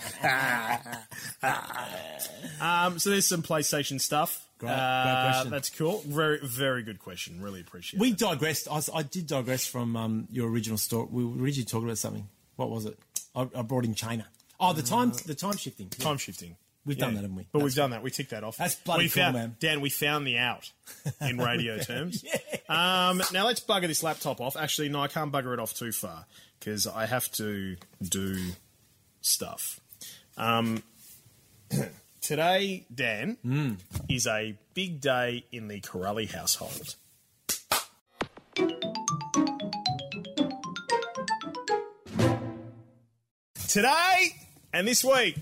Speaker 2: [LAUGHS] um, so there's some PlayStation stuff.
Speaker 1: Great, great
Speaker 2: Uh,
Speaker 1: question.
Speaker 2: That's cool. Very, very good question. Really
Speaker 1: [LAUGHS]
Speaker 2: appreciate.
Speaker 1: we
Speaker 2: it.
Speaker 1: digressed. I, s- I did digress from um, your original story. We were originally talking about something. What was it? I, I brought in China. Oh, the time, the time shifting. Yeah. [LAUGHS]
Speaker 2: Uh, time shifting.
Speaker 1: We've done that, haven't we?
Speaker 2: But
Speaker 1: That's
Speaker 2: we've done that. We ticked that off.
Speaker 1: That's bloody
Speaker 2: we
Speaker 1: cool,
Speaker 2: found,
Speaker 1: man.
Speaker 2: Dan, we found the out
Speaker 1: [LAUGHS]
Speaker 2: in radio terms. um, now let's bugger this laptop off. Actually, no, I can't bugger it off too far because I have to do stuff. Um, [CLEARS THROAT] today, Dan,
Speaker 1: Hmm.
Speaker 2: is a big day in the Corelli household. Today and this week,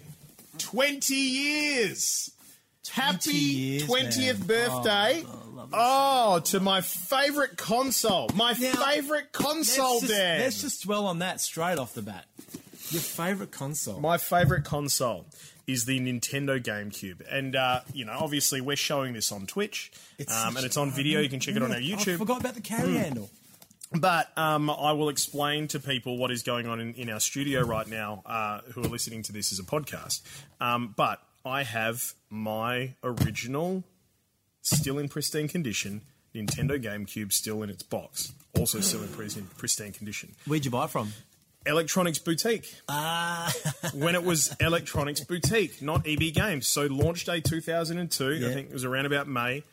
Speaker 2: 20 years. Happy
Speaker 1: years,
Speaker 2: 20th
Speaker 1: man.
Speaker 2: birthday. Oh, to my favorite console. My
Speaker 1: Now,
Speaker 2: favorite console,
Speaker 1: let's just,
Speaker 2: Dan.
Speaker 1: Let's just dwell on that straight off the bat. Your favourite console.
Speaker 2: My favorite console is the Nintendo GameCube, and uh, you know, obviously, we're showing this on Twitch,
Speaker 1: It's
Speaker 2: um,
Speaker 1: such
Speaker 2: and it's on video. You can check it on our
Speaker 1: I
Speaker 2: YouTube. Hmm.
Speaker 1: forgot about the carry handle.
Speaker 2: But um, I will explain to people what is going on in, in our studio right now uh, who are listening to this as a podcast. Um, but I have my original, still in pristine condition, Nintendo GameCube still in its box, also still in pristine, pristine condition.
Speaker 1: Where'd you buy it from?
Speaker 2: Electronics Boutique.
Speaker 1: [LAUGHS] Ah,
Speaker 2: when it was Electronics Boutique, not EB Games. So launch day 2002, I
Speaker 1: Yeah.
Speaker 2: think it was around about May.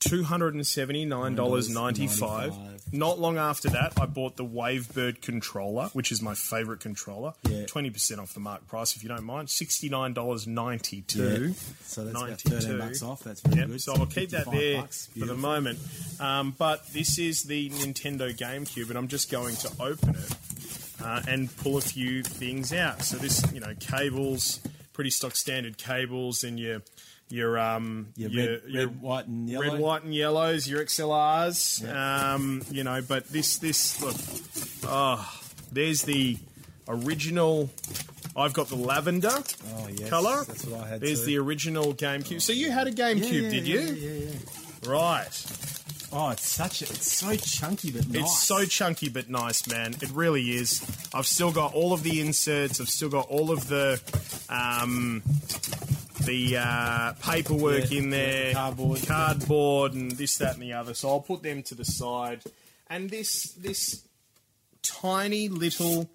Speaker 2: $279.95. Not long after that, I bought the Wavebird controller, which is my favorite controller.
Speaker 1: Yeah.
Speaker 2: 20% off the mark price, if you don't mind.
Speaker 1: yeah.
Speaker 2: $69.92.
Speaker 1: So that's about
Speaker 2: 92.
Speaker 1: 13 bucks off. That's very
Speaker 2: Yep,
Speaker 1: good.
Speaker 2: So I'll keep that
Speaker 1: 55
Speaker 2: there
Speaker 1: bucks.
Speaker 2: for the
Speaker 1: Beautiful.
Speaker 2: moment. Um, but this is the Nintendo GameCube, and I'm just going to open it uh, and pull a few things out. So this, you know, cables, pretty stock standard cables, and your your um
Speaker 1: Your red- red, white and
Speaker 2: red,
Speaker 1: yellow.
Speaker 2: white, and yellows, your XLRs, um, you know. But this this look, oh, there's the original. I've got the lavender
Speaker 1: Oh, yes.
Speaker 2: color.
Speaker 1: That's what I had
Speaker 2: There's
Speaker 1: too.
Speaker 2: the original GameCube. So you had a
Speaker 1: Yeah,
Speaker 2: GameCube,
Speaker 1: yeah,
Speaker 2: did
Speaker 1: yeah,
Speaker 2: you?
Speaker 1: Yeah, yeah, yeah.
Speaker 2: Right.
Speaker 1: Oh, it's such a. It's so chunky, but nice.
Speaker 2: It's so chunky but nice, man. It really is. I've still got all of the inserts. I've still got all of the um, the uh, paperwork
Speaker 1: Yeah,
Speaker 2: in there,
Speaker 1: yeah, cardboard.
Speaker 2: cardboard, and this, that, and the other. So I'll put them to the side. And this this tiny little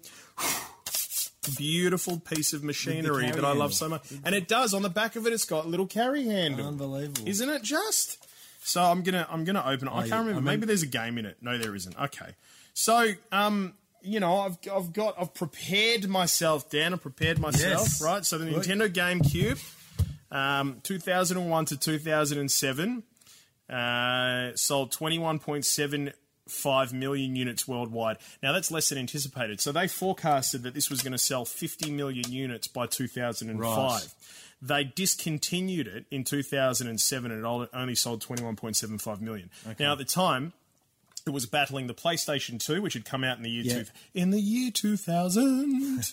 Speaker 2: beautiful piece of machinery
Speaker 1: carry
Speaker 2: that I love
Speaker 1: handle.
Speaker 2: so much. And it does on the back of it. It's got a little carry handle.
Speaker 1: Unbelievable.
Speaker 2: Isn't it just? So I'm gonna I'm gonna open it. I can't
Speaker 1: yeah.
Speaker 2: remember.
Speaker 1: I mean-
Speaker 2: Maybe there's a game in it. No, there isn't. Okay. So um, you know, I've I've got I've prepared myself, Dan. I've prepared myself,
Speaker 1: Yes.
Speaker 2: right? So the
Speaker 1: Good.
Speaker 2: Nintendo GameCube, um, 2001 to 2007, uh, sold 21.75 million units worldwide. Now that's less than anticipated. So they forecasted that this was going to sell 50 million units by 2005.
Speaker 1: Right.
Speaker 2: They discontinued it in 2007 and it ol- only sold 21.75 million. Now, at the time, it was battling the PlayStation 2, which had come out in the year
Speaker 1: Yeah.
Speaker 2: two, in the year 2000.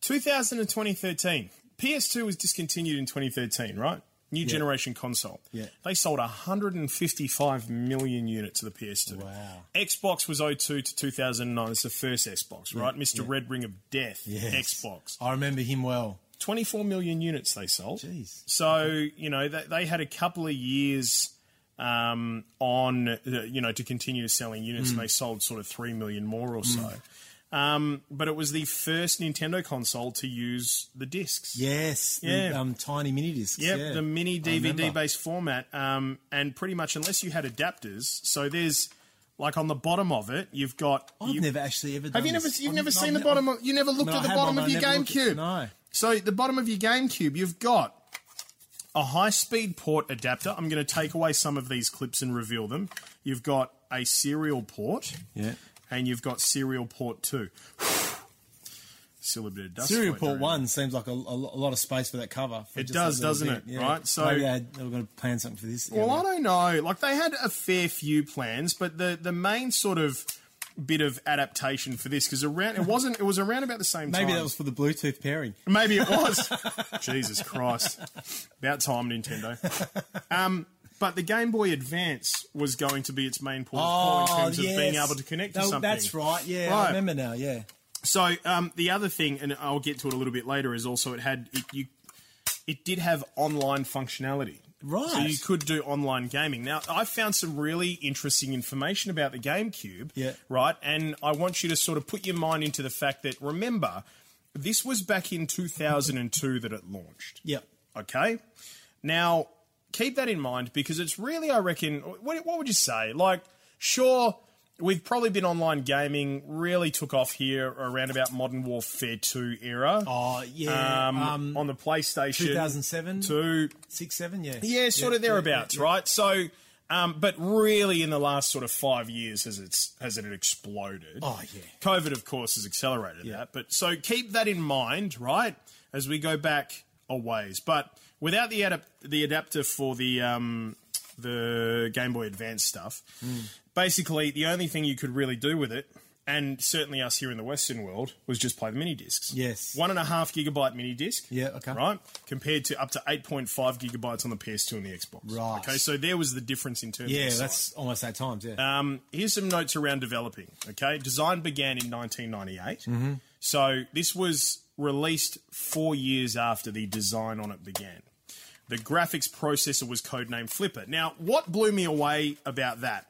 Speaker 2: 2000 and 2013. PS2 was discontinued in 2013, right? New generation console.
Speaker 1: Yeah.
Speaker 2: They sold 155 million units of the PS2.
Speaker 1: Wow.
Speaker 2: Xbox was 02 to 2009. It's the first Xbox, right? Mr. Red Ring of Death,
Speaker 1: Yes.
Speaker 2: Xbox.
Speaker 1: I remember him well.
Speaker 2: 24 million units they sold.
Speaker 1: Jeez.
Speaker 2: So, you know, they, they had a couple of years um, on, uh, you know, to continue selling units
Speaker 1: Mm.
Speaker 2: and they sold sort of 3 million more or so. Um, but it was the first Nintendo console to use the discs.
Speaker 1: Yes. the,
Speaker 2: Yeah.
Speaker 1: um, tiny mini discs.
Speaker 2: Yep,
Speaker 1: yeah.
Speaker 2: the mini
Speaker 1: I remember.
Speaker 2: DVD based format, um, and pretty much unless you had adapters. So there's like on the bottom of it, you've got.
Speaker 1: I've
Speaker 2: you-
Speaker 1: never actually ever.
Speaker 2: have
Speaker 1: done
Speaker 2: you never
Speaker 1: this.
Speaker 2: you've
Speaker 1: I've-
Speaker 2: never
Speaker 1: I've
Speaker 2: seen the
Speaker 1: ne-
Speaker 2: bottom?
Speaker 1: I've-
Speaker 2: Of, you never looked
Speaker 1: No,
Speaker 2: at the
Speaker 1: I
Speaker 2: bottom
Speaker 1: haven't.
Speaker 2: of your
Speaker 1: I never looked
Speaker 2: GameCube.
Speaker 1: at- no.
Speaker 2: So the bottom of your GameCube, you've got a high-speed port adapter. I'm going to take away some of these clips and reveal them. You've got a serial port,
Speaker 1: Yeah.
Speaker 2: and you've got serial port two. [SIGHS] Still a bit of dust.
Speaker 1: Serial
Speaker 2: floating
Speaker 1: Port
Speaker 2: around.
Speaker 1: One seems like a, a lo- a lot of space for that cover. for
Speaker 2: It
Speaker 1: just
Speaker 2: does,
Speaker 1: that little
Speaker 2: doesn't
Speaker 1: bit,
Speaker 2: it? Right, so-
Speaker 1: maybe I, they were going to plan something for this.
Speaker 2: Well,
Speaker 1: yeah.
Speaker 2: I don't know. Like they had a fair few plans, but the the main sort of bit of adaptation for this because around it wasn't it was around about the same time.
Speaker 1: maybe that was for the Bluetooth pairing.
Speaker 2: [LAUGHS] Maybe it was. [LAUGHS] Jesus Christ. About time, Nintendo. Um, but the Game Boy Advance was going to be its main port of call in terms of being
Speaker 1: Oh, yes.
Speaker 2: able to connect to
Speaker 1: No,
Speaker 2: something.
Speaker 1: That's right. Yeah,
Speaker 2: Right.
Speaker 1: I remember now. Yeah,
Speaker 2: So um, the other thing, and I'll get to it a little bit later, is also it had it, you. It did have online functionality,
Speaker 1: Right.
Speaker 2: So you could do online gaming. Now I found some really interesting information about the GameCube,
Speaker 1: Yeah.
Speaker 2: right? And I want you to sort of put your mind into the fact that remember, this was back in 2002 that it launched.
Speaker 1: yep.
Speaker 2: Okay. Now, keep that in mind because it's really, I reckon, what, what would you say? Like, sure, we've probably been online gaming really took off here around about Modern Warfare 2 era.
Speaker 1: Oh yeah,
Speaker 2: um, on the PlayStation
Speaker 1: 2007?
Speaker 2: 2.
Speaker 1: six seven. Yeah,
Speaker 2: Yeah, sort of thereabouts,
Speaker 1: yeah,
Speaker 2: right? So, um, but really, in the last sort of five years, has it's has it exploded?
Speaker 1: Oh, yeah.
Speaker 2: COVID, of course, has accelerated that. But so keep that in mind, right? As we go back a ways, but without the adap- the adapter for the um, the Game Boy Advance stuff,
Speaker 1: Hmm.
Speaker 2: basically the only thing you could really do with it. And certainly us here in the Western world was just play the mini discs.
Speaker 1: Yes.
Speaker 2: one and a half gigabyte mini disc.
Speaker 1: Yeah, okay.
Speaker 2: Right, compared to up to eight point five gigabytes on the PS2 and the Xbox.
Speaker 1: Right.
Speaker 2: Okay, so there was the difference in terms.
Speaker 1: Yeah,
Speaker 2: of size.
Speaker 1: that's almost eight times. Yeah,
Speaker 2: Um, here's some notes around developing. Okay, design began in 1998. So this was released four years after the design on it began. The graphics processor was codenamed Flipper. Now, what blew me away about that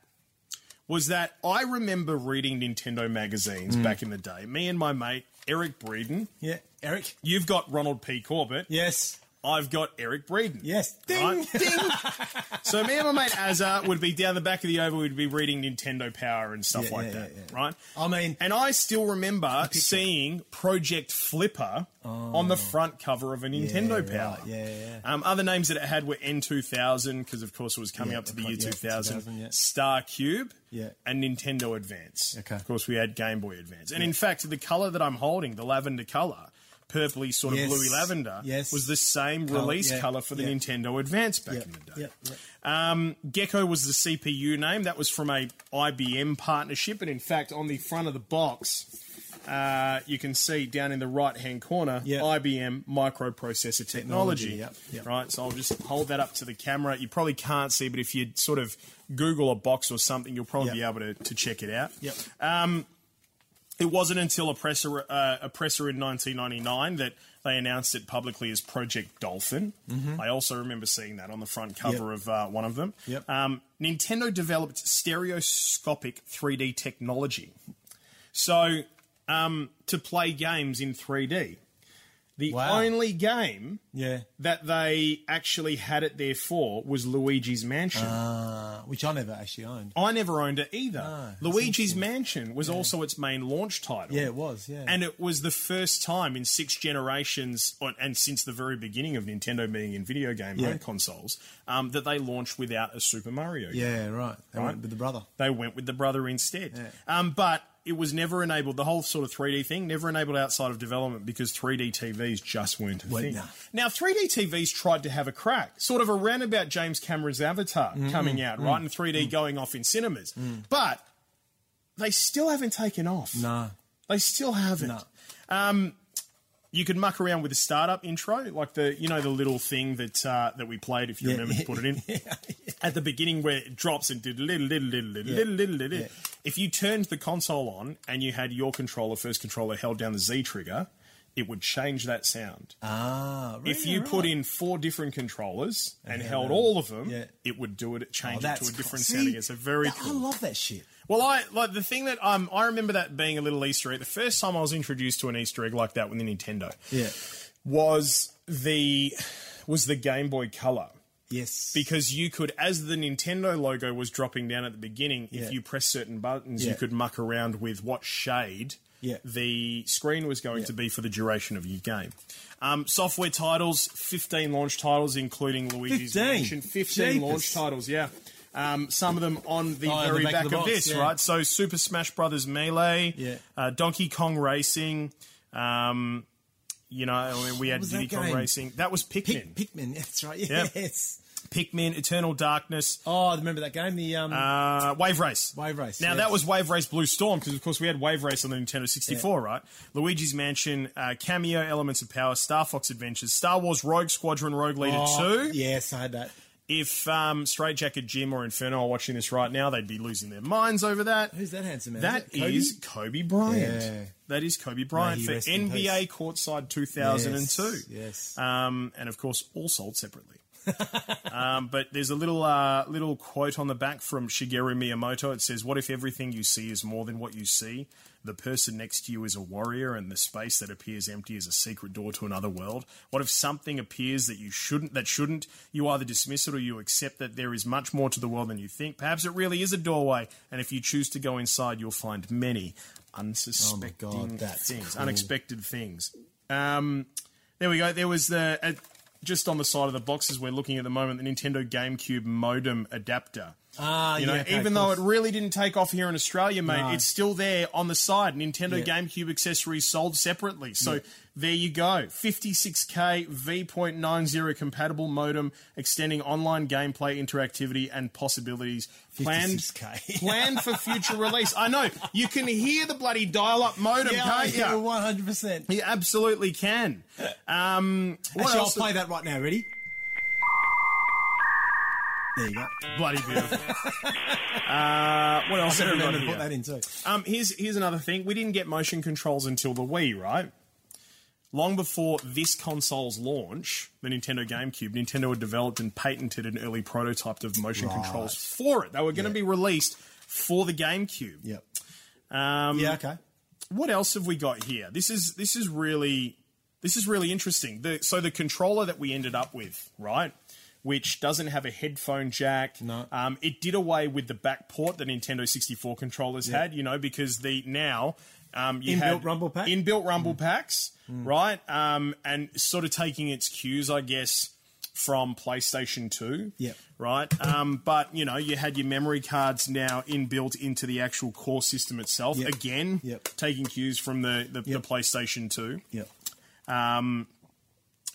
Speaker 2: was that I remember reading Nintendo magazines back in the day. Me and my mate Eric Breeden.
Speaker 1: yeah. Eric.
Speaker 2: You've got Ronald P. Corbett.
Speaker 1: Yes.
Speaker 2: I've got Eric Breeden.
Speaker 1: Yes. Ding.
Speaker 2: Right? [LAUGHS] so me and my mate Azar would be down the back of the oval. We'd be reading Nintendo Power and stuff
Speaker 1: Yeah,
Speaker 2: like
Speaker 1: yeah,
Speaker 2: that,
Speaker 1: yeah, yeah.
Speaker 2: right?
Speaker 1: I mean-
Speaker 2: and I still remember seeing Project Flipper on the front cover of a Nintendo
Speaker 1: Yeah,
Speaker 2: Power.
Speaker 1: right, yeah, yeah,
Speaker 2: Um, other names that it had were N2000 because, of course, it was coming
Speaker 1: Yeah,
Speaker 2: up to the year
Speaker 1: yeah,
Speaker 2: 2000.
Speaker 1: 2000, yeah.
Speaker 2: Star Cube
Speaker 1: Yeah.
Speaker 2: and Nintendo Advance.
Speaker 1: Okay.
Speaker 2: Of course, we had Game Boy Advance, and in fact, the color that I'm holding, the lavender color. Purpley, sort of
Speaker 1: Yes,
Speaker 2: bluey lavender,
Speaker 1: yes.
Speaker 2: was the same
Speaker 1: Colour,
Speaker 2: release
Speaker 1: yeah,
Speaker 2: color for the
Speaker 1: yeah.
Speaker 2: Nintendo Advance back
Speaker 1: yeah.
Speaker 2: in the day.
Speaker 1: yeah, yeah.
Speaker 2: Um, Gecko was the CPU name. That was from a IBM partnership, and in fact, on the front of the box, uh, you can see down in the right hand corner,
Speaker 1: Yeah.
Speaker 2: IBM microprocessor
Speaker 1: Technology,
Speaker 2: technology.
Speaker 1: yep, yep.
Speaker 2: Right. So I'll just hold that up to the camera. You probably can't see, but if you sort of Google a box or something, you'll probably
Speaker 1: Yep.
Speaker 2: be able to, to check it out.
Speaker 1: Yep.
Speaker 2: It wasn't until Oppressor, uh, Oppressor in 1999 that they announced it publicly as Project Dolphin. I also remember seeing that on the front cover
Speaker 1: Mm-hmm. Yep.
Speaker 2: of uh, one of them.
Speaker 1: Yep.
Speaker 2: Um, Nintendo developed stereoscopic 3D technology. So, um, to play games in 3D. The
Speaker 1: Wow.
Speaker 2: only game
Speaker 1: yeah.
Speaker 2: that they actually had it there for was Luigi's Mansion.
Speaker 1: Uh, which I never actually owned.
Speaker 2: I never owned it
Speaker 1: Ah,
Speaker 2: either. Luigi's Mansion was also its main launch title.
Speaker 1: Yeah, it was. Yeah.
Speaker 2: And it was the first time in six generations, on- and since the very beginning of Nintendo being in video game
Speaker 1: Yeah.
Speaker 2: home consoles, um, that they launched without a Super Mario. game.
Speaker 1: yeah, right. They
Speaker 2: Right.
Speaker 1: went with the brother.
Speaker 2: They went with the brother instead. Um, but it was never enabled, the whole sort of 3D thing, never enabled outside of development because 3D TVs just weren't a
Speaker 1: Well,
Speaker 2: thing.
Speaker 1: no.
Speaker 2: Now, 3D TVs tried to have a crack, sort of around about James Cameron's Avatar
Speaker 1: Mm-hmm.
Speaker 2: coming out, right? And
Speaker 1: Mm.
Speaker 2: 3D going off in cinemas. But they still haven't taken off.
Speaker 1: No.
Speaker 2: They still haven't. Um, you could muck around with the startup intro, like the you know the little thing that uh, that we played. If you
Speaker 1: [LAUGHS] Yeah.
Speaker 2: remember to put it in at the beginning, where it drops and did little little little little little little little.
Speaker 1: Yeah.
Speaker 2: If you turned the console on and you had your controller, first controller, held down the Z trigger, it would change that sound.
Speaker 1: Ah, really,
Speaker 2: if you put
Speaker 1: right.
Speaker 2: in four different controllers and held all of them,
Speaker 1: Yeah.
Speaker 2: it would do it,
Speaker 1: Oh,
Speaker 2: change it to
Speaker 1: that's
Speaker 2: a different
Speaker 1: cool.
Speaker 2: sounding.
Speaker 1: See?
Speaker 2: It's a very
Speaker 1: That-
Speaker 2: cool.
Speaker 1: I love that shit.
Speaker 2: Well, I like the thing that um, I remember that being a little Easter egg. The first time I was introduced to an Easter egg like that with the Nintendo
Speaker 1: Yeah.
Speaker 2: was the was the Game Boy Color
Speaker 1: Yes.
Speaker 2: because you could, as the Nintendo logo was dropping down at the beginning,
Speaker 1: Yeah.
Speaker 2: if you press certain buttons,
Speaker 1: Yeah.
Speaker 2: you could muck around with what shade
Speaker 1: Yeah.
Speaker 2: the screen was going to be for the duration of your game. Um, software titles, 15 launch titles, including Luigi's
Speaker 1: 15?
Speaker 2: Mansion. 15 launch
Speaker 1: Jeepers.
Speaker 2: titles, yeah. Um, some of them on the
Speaker 1: Oh, on the
Speaker 2: very
Speaker 1: back
Speaker 2: back,
Speaker 1: of the
Speaker 2: of,
Speaker 1: box,
Speaker 2: this,
Speaker 1: yeah.
Speaker 2: right? So Super Smash Brothers Melee,
Speaker 1: Yeah.
Speaker 2: uh, Donkey Kong Racing, um, you know, I mean, we had
Speaker 1: was that
Speaker 2: Diddy Kong
Speaker 1: game?
Speaker 2: Racing. That was Pikmin.
Speaker 1: Pik- Pikmin. [LAUGHS] That's right.
Speaker 2: Yeah.
Speaker 1: Yes.
Speaker 2: Pikmin, Eternal Darkness,
Speaker 1: Oh, I remember that game? The um,
Speaker 2: uh, Wave Race.
Speaker 1: Wave Race,
Speaker 2: Now
Speaker 1: yes.
Speaker 2: that was Wave Race Blue Storm because of course we had Wave Race on the Nintendo 64, right? Luigi's Mansion, uh, Cameo, Elements of Power, Star Fox Adventures, Star Wars Rogue Squadron, Rogue Leader
Speaker 1: oh,
Speaker 2: 2.
Speaker 1: Yes, I had that.
Speaker 2: If um, Straight Jacket Jim or Inferno are watching this right now, they'd be losing their minds over that.
Speaker 1: Who's that handsome man?
Speaker 2: That
Speaker 1: Is it Kobe?
Speaker 2: is Kobe Bryant.
Speaker 1: Yeah.
Speaker 2: That is Kobe Bryant
Speaker 1: he
Speaker 2: for
Speaker 1: rest in
Speaker 2: NBA
Speaker 1: peace.
Speaker 2: Courtside 2002.
Speaker 1: Yes. yes.
Speaker 2: Um, and of course, all
Speaker 1: [LAUGHS]
Speaker 2: sold separately. um, but there's a little uh, little quote on the back from Shigeru Miyamoto. It says, "What if everything you see is more than what you see? The person next to you is a warrior, and the space that appears empty is a secret door to another world. What if something appears that you shouldn't? That shouldn't? You either dismiss it or you accept that there is much more to the world than you think. Perhaps it really is a doorway, and if you choose to go inside, you'll find many unsuspecting
Speaker 1: Oh that's
Speaker 2: things,
Speaker 1: cool.
Speaker 2: unexpected things." Um, there we go. There was the uh, just on the side of the boxes we're looking at the moment, the Nintendo GameCube modem adapter.
Speaker 1: Ah,
Speaker 2: you know,
Speaker 1: yeah, okay,
Speaker 2: even
Speaker 1: of
Speaker 2: though it
Speaker 1: course.
Speaker 2: really didn't take off here in Australia, mate,
Speaker 1: No.
Speaker 2: it's still there on the side. Nintendo
Speaker 1: Yeah.
Speaker 2: GameCube accessories sold separately. So there you go. 56K V.90 compatible modem extending online gameplay interactivity and possibilities. Planned, [LAUGHS]
Speaker 1: 56K.
Speaker 2: planned
Speaker 1: [LAUGHS]
Speaker 2: for future release. I know. You can hear the bloody dial up modem,
Speaker 1: yeah,
Speaker 2: can't
Speaker 1: yeah,
Speaker 2: you?
Speaker 1: one hundred percent.
Speaker 2: You absolutely can. Um, what
Speaker 1: Actually, I'll
Speaker 2: else?
Speaker 1: play that right now. Ready? There you go.
Speaker 2: [LAUGHS] Bloody
Speaker 1: [LAUGHS]
Speaker 2: beautiful. uh, what else have we got
Speaker 1: Remember to put
Speaker 2: here?
Speaker 1: that in too.
Speaker 2: Um, here's here's another thing. We didn't get motion controls until the Wii, right? Long before this console's launch, the Nintendo GameCube, Nintendo had developed and patented an early prototype of motion controls for it. They were going to be released for the GameCube.
Speaker 1: Yep.
Speaker 2: Um,
Speaker 1: Yeah. Okay.
Speaker 2: what else have we got here? This is this is really this is really interesting. The, so the controller that we ended up with, right, which doesn't have a headphone jack.
Speaker 1: No.
Speaker 2: um, it did away with the back port that Nintendo sixty four controllers had. You know, because the now. Um, you
Speaker 1: Inbuilt
Speaker 2: had
Speaker 1: rumble pack? Mm.
Speaker 2: Inbuilt rumble packs, right? Um, and sort of taking its cues, I guess, from PlayStation 2.
Speaker 1: Yep.
Speaker 2: Right? Um, but, you know, you had your memory cards now inbuilt into the actual core system itself.
Speaker 1: Yep.
Speaker 2: Again,
Speaker 1: Yep.
Speaker 2: taking cues from the, the,
Speaker 1: Yep.
Speaker 2: the PlayStation 2.
Speaker 1: Yep.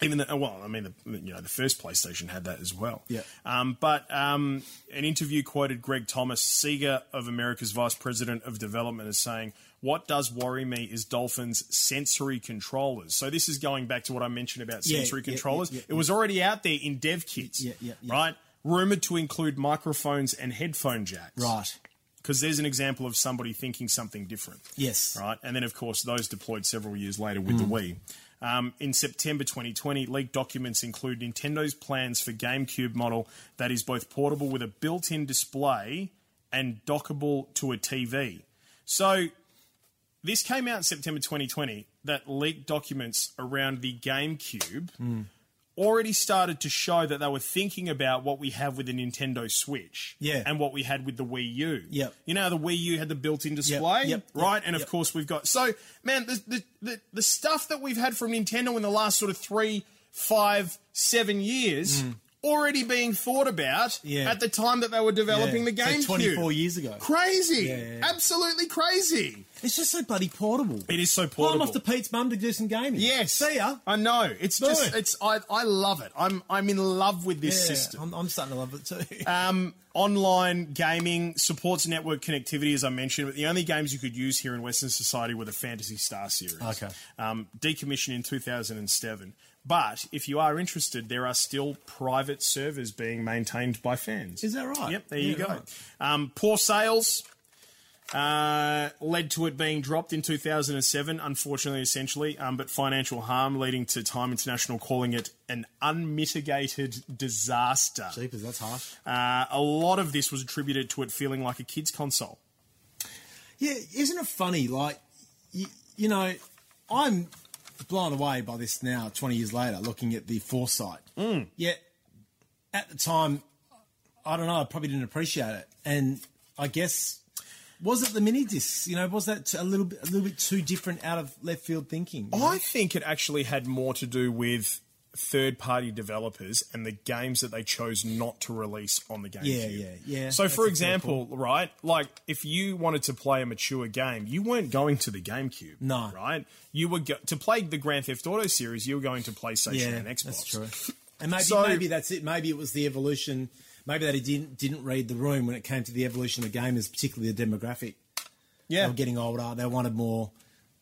Speaker 2: Even the, well, I mean, the, you know, the first PlayStation had that as well.
Speaker 1: Yep.
Speaker 2: Um, but um, an interview quoted Greg Thomas, Sega of America's Vice President of Development, as saying, "What does worry me is Dolphin's sensory controllers." So this is going back to what I mentioned about
Speaker 1: Yeah,
Speaker 2: sensory
Speaker 1: yeah,
Speaker 2: controllers.
Speaker 1: yeah, yeah,
Speaker 2: it was already out there in dev kits,
Speaker 1: Yeah, yeah, yeah.
Speaker 2: right? Rumored to include microphones and headphone jacks,
Speaker 1: Right.
Speaker 2: Because there's an example of somebody thinking something different.
Speaker 1: Yes. Mm.
Speaker 2: Right. And then, of course, those deployed several years later with the Wii. Um, in September 2020, leaked documents include Nintendo's plans for GameCube model that is both portable with a built in display and dockable to a TV. So, this came out in September 2020 that leaked documents around the GameCube
Speaker 1: Mm.
Speaker 2: already started to show that they were thinking about what we have with the Nintendo Switch
Speaker 1: Yeah.
Speaker 2: and what we had with the Wii U.
Speaker 1: Yep.
Speaker 2: You know, how the Wii U had the built in display,
Speaker 1: yep,
Speaker 2: right?
Speaker 1: yep,
Speaker 2: and of
Speaker 1: yep.
Speaker 2: course, we've got. So, man, the, the, the, the stuff that we've had from Nintendo in the last sort of three, five, seven years. Already being thought about
Speaker 1: Mm. Yeah.
Speaker 2: at the time that they were developing
Speaker 1: Yeah.
Speaker 2: the GameCube.
Speaker 1: So 24 years ago.
Speaker 2: Crazy.
Speaker 1: Yeah, yeah, yeah.
Speaker 2: Absolutely crazy.
Speaker 1: It's just so bloody portable.
Speaker 2: It is so
Speaker 1: Well,
Speaker 2: portable.
Speaker 1: I'm off to Pete's mum to do some gaming.
Speaker 2: Yes.
Speaker 1: See ya.
Speaker 2: I know. It's
Speaker 1: Do
Speaker 2: just
Speaker 1: it.
Speaker 2: it's I I love it. I'm I'm in love with
Speaker 1: Yeah,
Speaker 2: this system.
Speaker 1: I'm, I'm starting to love it too.
Speaker 2: Uh, Online gaming supports network connectivity, as I mentioned, but the only games you could use here in Western society were the Fantasy Star series.
Speaker 1: Okay.
Speaker 2: Um, decommissioned in 2007. But if you are interested, there are still private servers being maintained by fans.
Speaker 1: Is that right?
Speaker 2: Yep, there
Speaker 1: Yeah,
Speaker 2: you go.
Speaker 1: right.
Speaker 2: Um, poor sales. uh, led to it being dropped in 2007, unfortunately, essentially, um, but financial harm leading to Time International calling it an unmitigated disaster.
Speaker 1: Jeepers, that's harsh.
Speaker 2: Uh, a lot of this was attributed to it feeling like a kid's console.
Speaker 1: Yeah, isn't it funny? Like, you, you know, I'm blown away by this now, 20 years later, looking at the foresight.
Speaker 2: Mm.
Speaker 1: Yet, at the time, I don't know, I probably didn't appreciate it. And I guess, was it the mini discs? You know, was that a little bit, a little bit too different out of left field thinking?
Speaker 2: I think it actually had more to do with third party developers and the games that they chose not to release on the GameCube.
Speaker 1: yeah, yeah.
Speaker 2: So,
Speaker 1: That's a
Speaker 2: for
Speaker 1: fair
Speaker 2: example, right, like if you wanted to play a mature game, you weren't going to the GameCube.
Speaker 1: No.
Speaker 2: Right? You were go- to play the Grand Theft Auto series, you were going to PlayStation
Speaker 1: yeah,
Speaker 2: and Xbox.
Speaker 1: that's
Speaker 2: [LAUGHS]
Speaker 1: true. And maybe,
Speaker 2: So-
Speaker 1: maybe that's it. Maybe it was the evolution. Maybe that he didn't didn't read the room when it came to the evolution of the game, is particularly the demographic.
Speaker 2: Yeah.
Speaker 1: They were getting older. They wanted more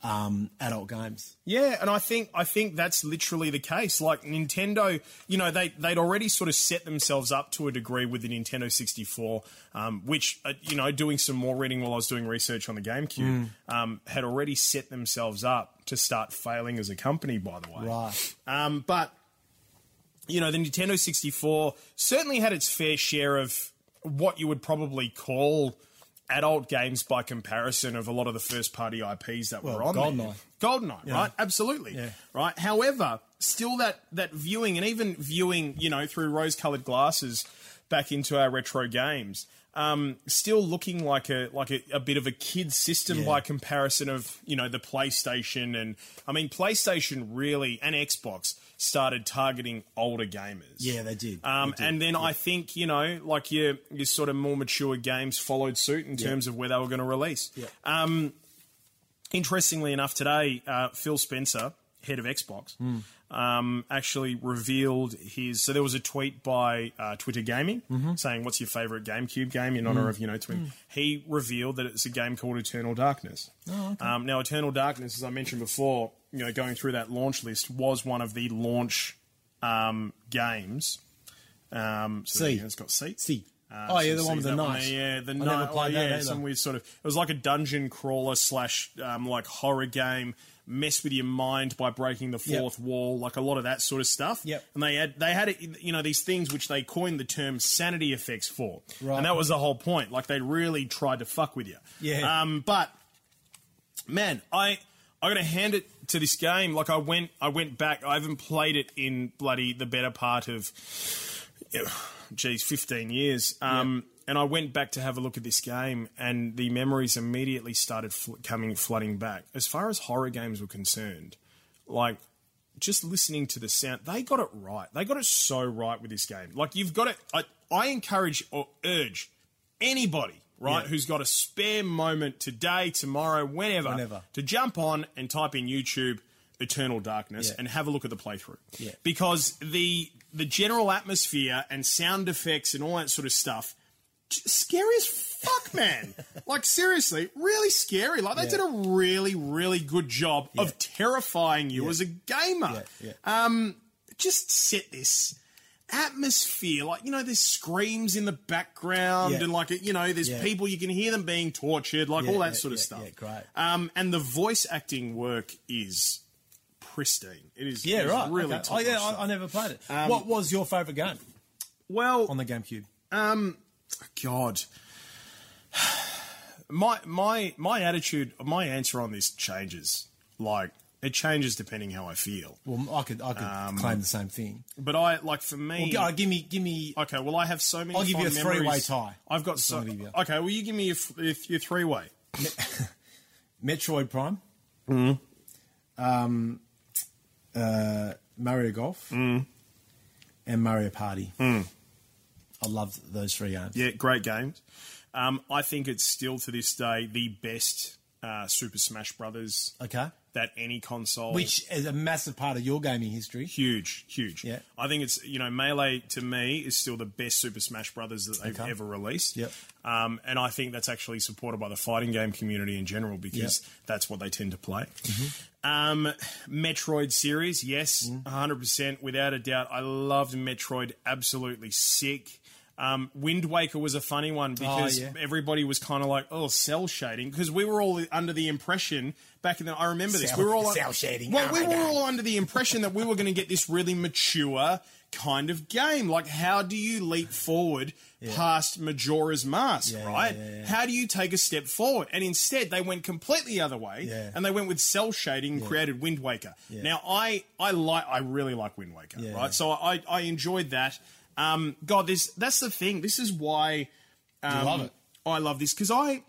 Speaker 1: um, adult games.
Speaker 2: Yeah, and I think I think that's literally the case. Like Nintendo, you know, they they'd already sort of set themselves up to a degree with the Nintendo 64, um, which uh, you know, doing some more reading while I was doing research on the GameCube, um, had already set themselves up to start failing as a company. By the way,
Speaker 1: Right.
Speaker 2: um, but you know, the Nintendo 64 certainly had its fair share of what you would probably call adult games by comparison of a lot of the first party IPs that were on
Speaker 1: GoldenEye.
Speaker 2: there. Goldeneye, right? Absolutely,
Speaker 1: Yeah.
Speaker 2: right. However, still that that viewing and even viewing, you know, through rose-colored glasses back into our retro games. Um, still looking like a like a, a bit of a kid system
Speaker 1: Yeah.
Speaker 2: by comparison of you know the PlayStation and I mean PlayStation really and Xbox started targeting older gamers.
Speaker 1: Yeah, they did.
Speaker 2: Um,
Speaker 1: They did.
Speaker 2: and then I think you know, like your your sort of more mature games followed suit in terms of where they were going to release. Um, interestingly enough, today uh, Phil Spencer, head of Xbox,
Speaker 1: Hmm.
Speaker 2: um, actually revealed his. So there was a tweet by uh, Twitter Gaming saying, "What's your favorite GameCube game?" In honor of you know, twin. He revealed that it's a game called Eternal Darkness. um, now, Eternal Darkness, as I mentioned before, you know, going through that launch list was one of the launch um, games. Um, so
Speaker 1: C.
Speaker 2: yeah, it's got C.
Speaker 1: C.
Speaker 2: Uh,
Speaker 1: oh
Speaker 2: so
Speaker 1: yeah, the
Speaker 2: C,
Speaker 1: one with the
Speaker 2: that
Speaker 1: knife.
Speaker 2: there, Yeah, the
Speaker 1: I
Speaker 2: knife.
Speaker 1: Never
Speaker 2: oh,
Speaker 1: played that
Speaker 2: yeah,
Speaker 1: either.
Speaker 2: some weird sort of. It was like a dungeon crawler slash um, like horror game. Mess with your mind by breaking the
Speaker 1: Yep.
Speaker 2: fourth wall, like a lot of that sort of stuff.
Speaker 1: Yep.
Speaker 2: And they had they had you know these things which they coined the term sanity effects for,
Speaker 1: Right.
Speaker 2: and that was the whole point. Like they really tried to fuck with you.
Speaker 1: Yeah.
Speaker 2: Um, but man, I I gotta hand it to this game. Like I went I went back. I haven't played it in bloody the better part of geez, 15 years. Um, And I went back to have a look at this game, and the memories immediately started fl- coming flooding back. As far as horror games were concerned, like just listening to the sound, they got it right. They got it so right with this game. Like you've got it. I, I encourage or urge anybody. Right, who's got a spare moment today, tomorrow, whenever,
Speaker 1: Whenever.
Speaker 2: to jump on and type in YouTube Eternal Darkness
Speaker 1: Yeah.
Speaker 2: and have a look at the playthrough.
Speaker 1: Yeah.
Speaker 2: Because the the general atmosphere and sound effects and all that sort of stuff j- scary as
Speaker 1: [LAUGHS]
Speaker 2: fuck man like seriously really scary like they
Speaker 1: Yeah.
Speaker 2: did a really really good job
Speaker 1: Yeah.
Speaker 2: of terrifying you as a gamer
Speaker 1: Yeah, yeah.
Speaker 2: just set this atmosphere like you know there's screams in the background
Speaker 1: Yeah.
Speaker 2: and like you know there's
Speaker 1: Yeah.
Speaker 2: people you can hear them being tortured like
Speaker 1: Yeah,
Speaker 2: all that
Speaker 1: yeah,
Speaker 2: sort of
Speaker 1: yeah,
Speaker 2: stuff
Speaker 1: yeah, great.
Speaker 2: um and the voice acting work is pristine it is
Speaker 1: yeah,
Speaker 2: it is
Speaker 1: right.
Speaker 2: Um, really
Speaker 1: okay. Oh yeah,
Speaker 2: top-notch
Speaker 1: I, I
Speaker 2: stuff.
Speaker 1: never played it.
Speaker 2: Um,
Speaker 1: what was your favourite game
Speaker 2: well
Speaker 1: on the GameCube?
Speaker 2: God. [SIGHS] My my my attitude, my answer on this changes. Like it changes depending how I feel.
Speaker 1: Well, I could I could
Speaker 2: Um,
Speaker 1: claim the same thing.
Speaker 2: But I like for me.
Speaker 1: Well, uh, give me give me.
Speaker 2: okay, well I have so many.
Speaker 1: I'll give you
Speaker 2: fond
Speaker 1: a three-way
Speaker 2: memories.
Speaker 1: tie.
Speaker 2: I've got so.
Speaker 1: gonna be you.
Speaker 2: Okay, well you give me your, f- your, your three way.
Speaker 1: Metroid Prime.
Speaker 2: Mm-hmm.
Speaker 1: Um, uh, Mario Golf.
Speaker 2: Mm.
Speaker 1: And Mario Party. I loved those three games.
Speaker 2: Yeah, great games. Um, I think it's still to this day the best uh, Super Smash Brothers
Speaker 1: Okay.
Speaker 2: that any console
Speaker 1: Which is a massive part of your gaming history.
Speaker 2: Huge, huge.
Speaker 1: Yeah.
Speaker 2: I think it's you know melee to me is still the best Super Smash Brothers that they've
Speaker 1: Okay.
Speaker 2: ever released.
Speaker 1: Yep.
Speaker 2: Um, and I think that's actually supported by the fighting game community in general because that's what they tend to play.
Speaker 1: Mm-hmm.
Speaker 2: Um, Metroid series,
Speaker 1: Mm.
Speaker 2: yes, hundred percent, without a doubt. I loved Metroid, absolutely sick. Um, Wind Waker was a funny one because
Speaker 1: Oh, yeah.
Speaker 2: everybody was kind of like, "Oh, cell shading," because we were all under the impression back in the. I remember this.
Speaker 1: Cell-
Speaker 2: we were all
Speaker 1: cell shading.
Speaker 2: Well,
Speaker 1: Oh
Speaker 2: we
Speaker 1: my
Speaker 2: were
Speaker 1: God.
Speaker 2: all under the impression that we were going to get this really mature kind of game. Like, how do you leap forward past Majora's Mask?
Speaker 1: Yeah,
Speaker 2: right?
Speaker 1: yeah, yeah, yeah.
Speaker 2: How do you take a step forward? And instead, they went completely the other way,
Speaker 1: Yeah.
Speaker 2: and they went with cell shading and created Wind Waker. Now, I I like I really like Wind Waker,
Speaker 1: Yeah.
Speaker 2: right? So I I enjoyed that. Um, God, this that's the thing. This is why um,
Speaker 1: love it.
Speaker 2: I love this because I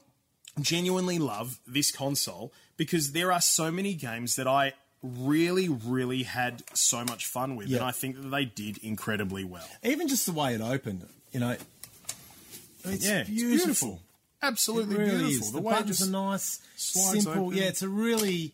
Speaker 2: genuinely love this console because there are so many games that I really, really had so much fun with,
Speaker 1: Yeah.
Speaker 2: and I think that they did incredibly well.
Speaker 1: Even just the way it opened, you know, it's
Speaker 2: yeah, it's
Speaker 1: beautiful.
Speaker 2: beautiful. Absolutely
Speaker 1: It really
Speaker 2: beautiful.
Speaker 1: is.
Speaker 2: The,
Speaker 1: The,
Speaker 2: way it
Speaker 1: buttons
Speaker 2: just
Speaker 1: are nice,
Speaker 2: slides
Speaker 1: simple.
Speaker 2: open.
Speaker 1: Yeah, it's a really,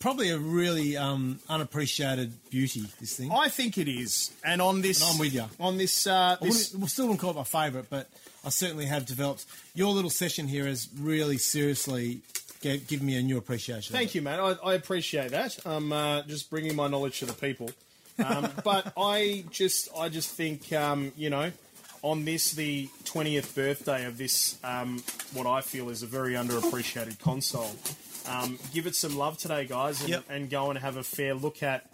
Speaker 1: probably a really um, unappreciated beauty. This thing.
Speaker 2: I think it is. And on this,
Speaker 1: And I'm with ya.
Speaker 2: On this, uh,
Speaker 1: I
Speaker 2: this
Speaker 1: wouldn't- well, still wouldn't call it my favourite, but I certainly have developed. Your little session here has really seriously gave, given me a new appreciation.
Speaker 2: thank you, man. I, I appreciate that. I'm uh, just bringing my knowledge to the people. Um, but I just, I just think, um, you know, on this, the 20th birthday of this, um, what I feel is a very underappreciated console. Um, give it some love today, guys, and,
Speaker 1: Yep.
Speaker 2: and go and have a fair look at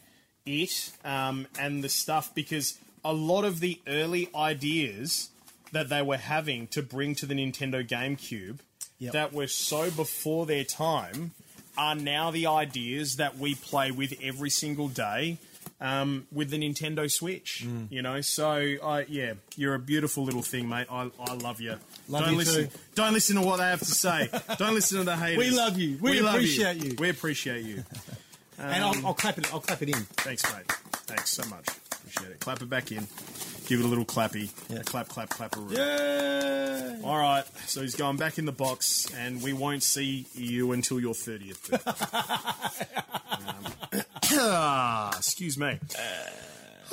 Speaker 2: it um, and the stuff because a lot of the early ideas that they were having to bring to the Nintendo GameCube
Speaker 1: Yep.
Speaker 2: that were so before their time are now the ideas that we play with every single day um, with the Nintendo Switch.
Speaker 1: Mm.
Speaker 2: You know, so I yeah, you're a beautiful little thing, mate. I, I love you.
Speaker 1: Love
Speaker 2: don't
Speaker 1: you
Speaker 2: listen.
Speaker 1: too.
Speaker 2: Don't listen to what they have to say.
Speaker 1: [LAUGHS]
Speaker 2: don't listen to the haters.
Speaker 1: We love you. We appreciate you.
Speaker 2: We Um, appreciate you.
Speaker 1: And I'll, I'll clap it. I'll clap it in.
Speaker 2: Thanks, mate. Thanks so much. Appreciate it. Clap it back in. Give it a little clappy.
Speaker 1: Yeah.
Speaker 2: Clap, clap, clapper.
Speaker 1: [LAUGHS] Yeah.
Speaker 2: All right. So he's going back in the box, and we won't see you until your 30th
Speaker 1: [LAUGHS]
Speaker 2: birthday. Um, excuse me.
Speaker 1: Uh.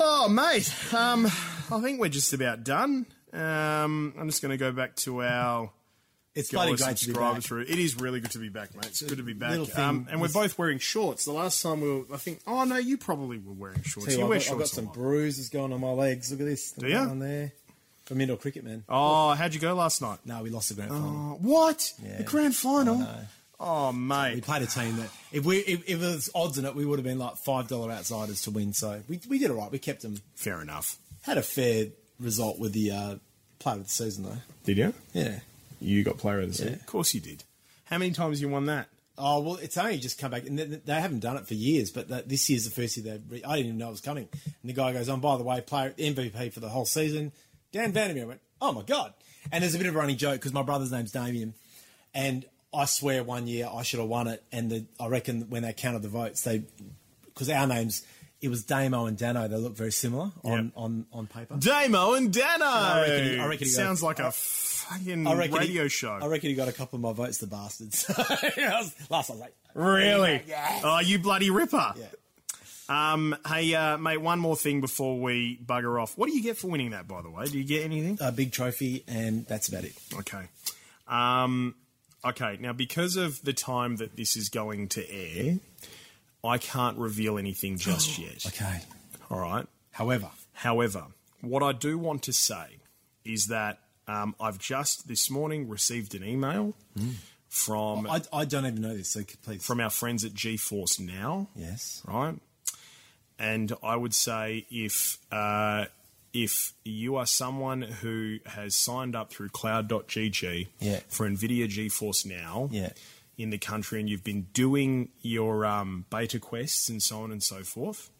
Speaker 2: Oh, mate. Um, I think we're just about done. Um, I'm just going to go back to our
Speaker 1: It's bloody
Speaker 2: go
Speaker 1: great to be back.
Speaker 2: subscribers route. It is really good to be back, mate. It's good to be back.
Speaker 1: little thing.
Speaker 2: Um, and we're both wearing shorts. The last time we were, I think, oh no, you probably were wearing shorts.
Speaker 1: Tell you
Speaker 2: you
Speaker 1: what,
Speaker 2: wear
Speaker 1: I've, got, I've got
Speaker 2: shorts.
Speaker 1: some
Speaker 2: a lot.
Speaker 1: bruises going on my legs. Look at this. Do
Speaker 2: ya?
Speaker 1: One there. From indoor cricket, man.
Speaker 2: Oh, how'd you go last night?
Speaker 1: No, we lost the grand final.
Speaker 2: Uh, What?
Speaker 1: Yeah.
Speaker 2: The grand final? Oh,
Speaker 1: We
Speaker 2: mate.
Speaker 1: played a team that if we if, if there was odds in it, we would have been like five dollar outsiders to win. So we, we did all right. We kept them.
Speaker 2: Fair enough.
Speaker 1: Had a fair result with the uh, player of the season though.
Speaker 2: Did you?
Speaker 1: Yeah.
Speaker 2: You got player of the
Speaker 1: Yeah.
Speaker 2: Of course you did. How many times you won that?
Speaker 1: Oh well, it's only just come back, and they, they haven't done it for years. But that, this year's the first year they. Re- I didn't even know it was coming. And the guy goes, "On by the way, player MVP for the whole season, Dan Vandermeer." I went, "Oh my god!" And there's a bit of a running joke because my brother's name's Damien, and I swear one year I should have won it. And the, I reckon when they counted the votes, they because our names it was Damo and Dano. They look very similar on
Speaker 2: Yep.
Speaker 1: on, on paper.
Speaker 2: Damo and Dano.
Speaker 1: I reckon he- I reckon he got-
Speaker 2: Sounds like
Speaker 1: I-
Speaker 2: a fucking
Speaker 1: I reckon he-
Speaker 2: radio show.
Speaker 1: I reckon he got a couple of my votes, the bastards. [LAUGHS] I was, last I was like,
Speaker 2: really?
Speaker 1: Yes.
Speaker 2: Oh, you bloody ripper.
Speaker 1: yeah.
Speaker 2: Um, hey, uh, mate, one more thing before we bugger off. What do you get for winning that, by the way? Do you get anything?
Speaker 1: A big trophy, and that's about it.
Speaker 2: Okay. Um, okay, now because of the time that this is going to air, I can't reveal anything just yet.
Speaker 1: Okay.
Speaker 2: All right.
Speaker 1: However,
Speaker 2: However, what I do want to say is that um, I've just this morning received an email from
Speaker 1: I, I don't even know this, so c- please.
Speaker 2: from our friends at GeForce Now.
Speaker 1: yes.
Speaker 2: right? And I would say if uh, if you are someone who has signed up through cloud.gg
Speaker 1: Yeah.
Speaker 2: for NVIDIA GeForce Now
Speaker 1: Yeah.
Speaker 2: in the country and you've been doing your um, beta quests and so on and so forth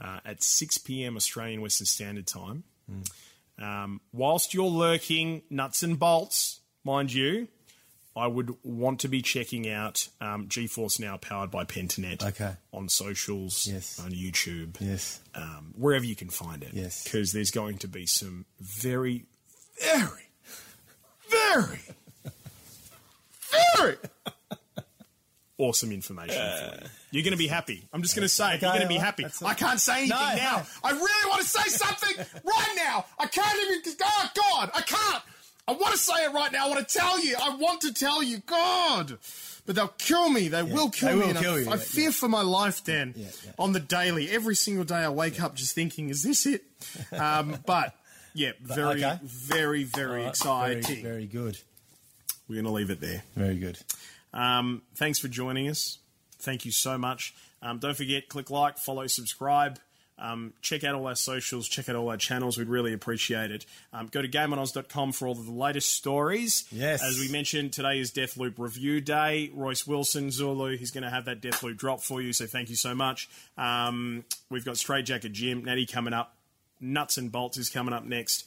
Speaker 2: uh, at 6 p.m. Australian Western Standard Time,
Speaker 1: Hmm.
Speaker 2: um, whilst you're lurking nuts and bolts, mind you, I would want to be checking out um, GeForce Now powered by Pentanet
Speaker 1: Okay.
Speaker 2: on socials,
Speaker 1: Yes.
Speaker 2: on YouTube,
Speaker 1: Yes.
Speaker 2: um, wherever you can find it.
Speaker 1: Yes.
Speaker 2: Because there's going to be some very, very, very, very awesome information
Speaker 1: [LAUGHS]
Speaker 2: for you. You're going to be happy. I'm just going to say, you're
Speaker 1: Okay,
Speaker 2: going to be
Speaker 1: all right.
Speaker 2: happy.
Speaker 1: That's all
Speaker 2: I can't say anything
Speaker 1: No,
Speaker 2: now.
Speaker 1: no.
Speaker 2: I really want to say something right now. I can't even. Oh, God. I can't. I want to say it right now. I want to tell you. I want to tell you. God. But they'll kill me. They will kill
Speaker 1: they
Speaker 2: me.
Speaker 1: will
Speaker 2: and I-
Speaker 1: kill you,
Speaker 2: I,
Speaker 1: yeah,
Speaker 2: fear [LAUGHS] for my life, Dan.
Speaker 1: Yeah, yeah.
Speaker 2: On the daily, every single day, I wake up just thinking, "Is this it?" Um, but Yeah, very,
Speaker 1: okay.
Speaker 2: very, very
Speaker 1: All right,
Speaker 2: exciting.
Speaker 1: Uh, Very, very good.
Speaker 2: We're going to leave it there.
Speaker 1: Very good.
Speaker 2: Um, thanks for joining us. Thank you so much. Um, don't forget, click like, follow, subscribe. Um, check out all our socials, check out all our channels. We'd really appreciate it. Um, go to gameonoz.com for all of the latest stories.
Speaker 1: Yes.
Speaker 2: As we mentioned, today is Deathloop Review Day. Royce Wilson, Zulu, he's going to have that Deathloop drop for you, so thank you so much. Um, we've got Straight Jacket Jim, Natty coming up. Nuts and Bolts is coming up next.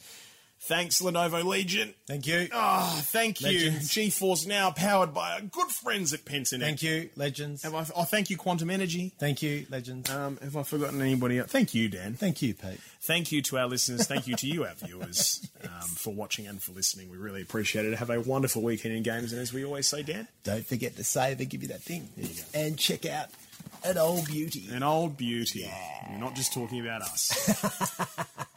Speaker 2: Thanks, Lenovo Legion.
Speaker 1: Thank you.
Speaker 2: Ah, thank you.
Speaker 1: Legends.
Speaker 2: GeForce Now, powered by our good friends at Pentonet.
Speaker 1: Thank you, legends.
Speaker 2: Have I, oh, thank you, Quantum Energy.
Speaker 1: Thank you, legends.
Speaker 2: Um, have I forgotten anybody else? Thank you, Dan.
Speaker 1: Thank you, Pete.
Speaker 2: Thank you to our listeners. Thank you to you, our viewers, um, for watching and for listening. We really appreciate it. Have a wonderful weekend in games. And as we always say, Dan,
Speaker 1: Don't forget to save and give you that thing. And check out an old beauty.
Speaker 2: an old beauty. We're not just talking about us.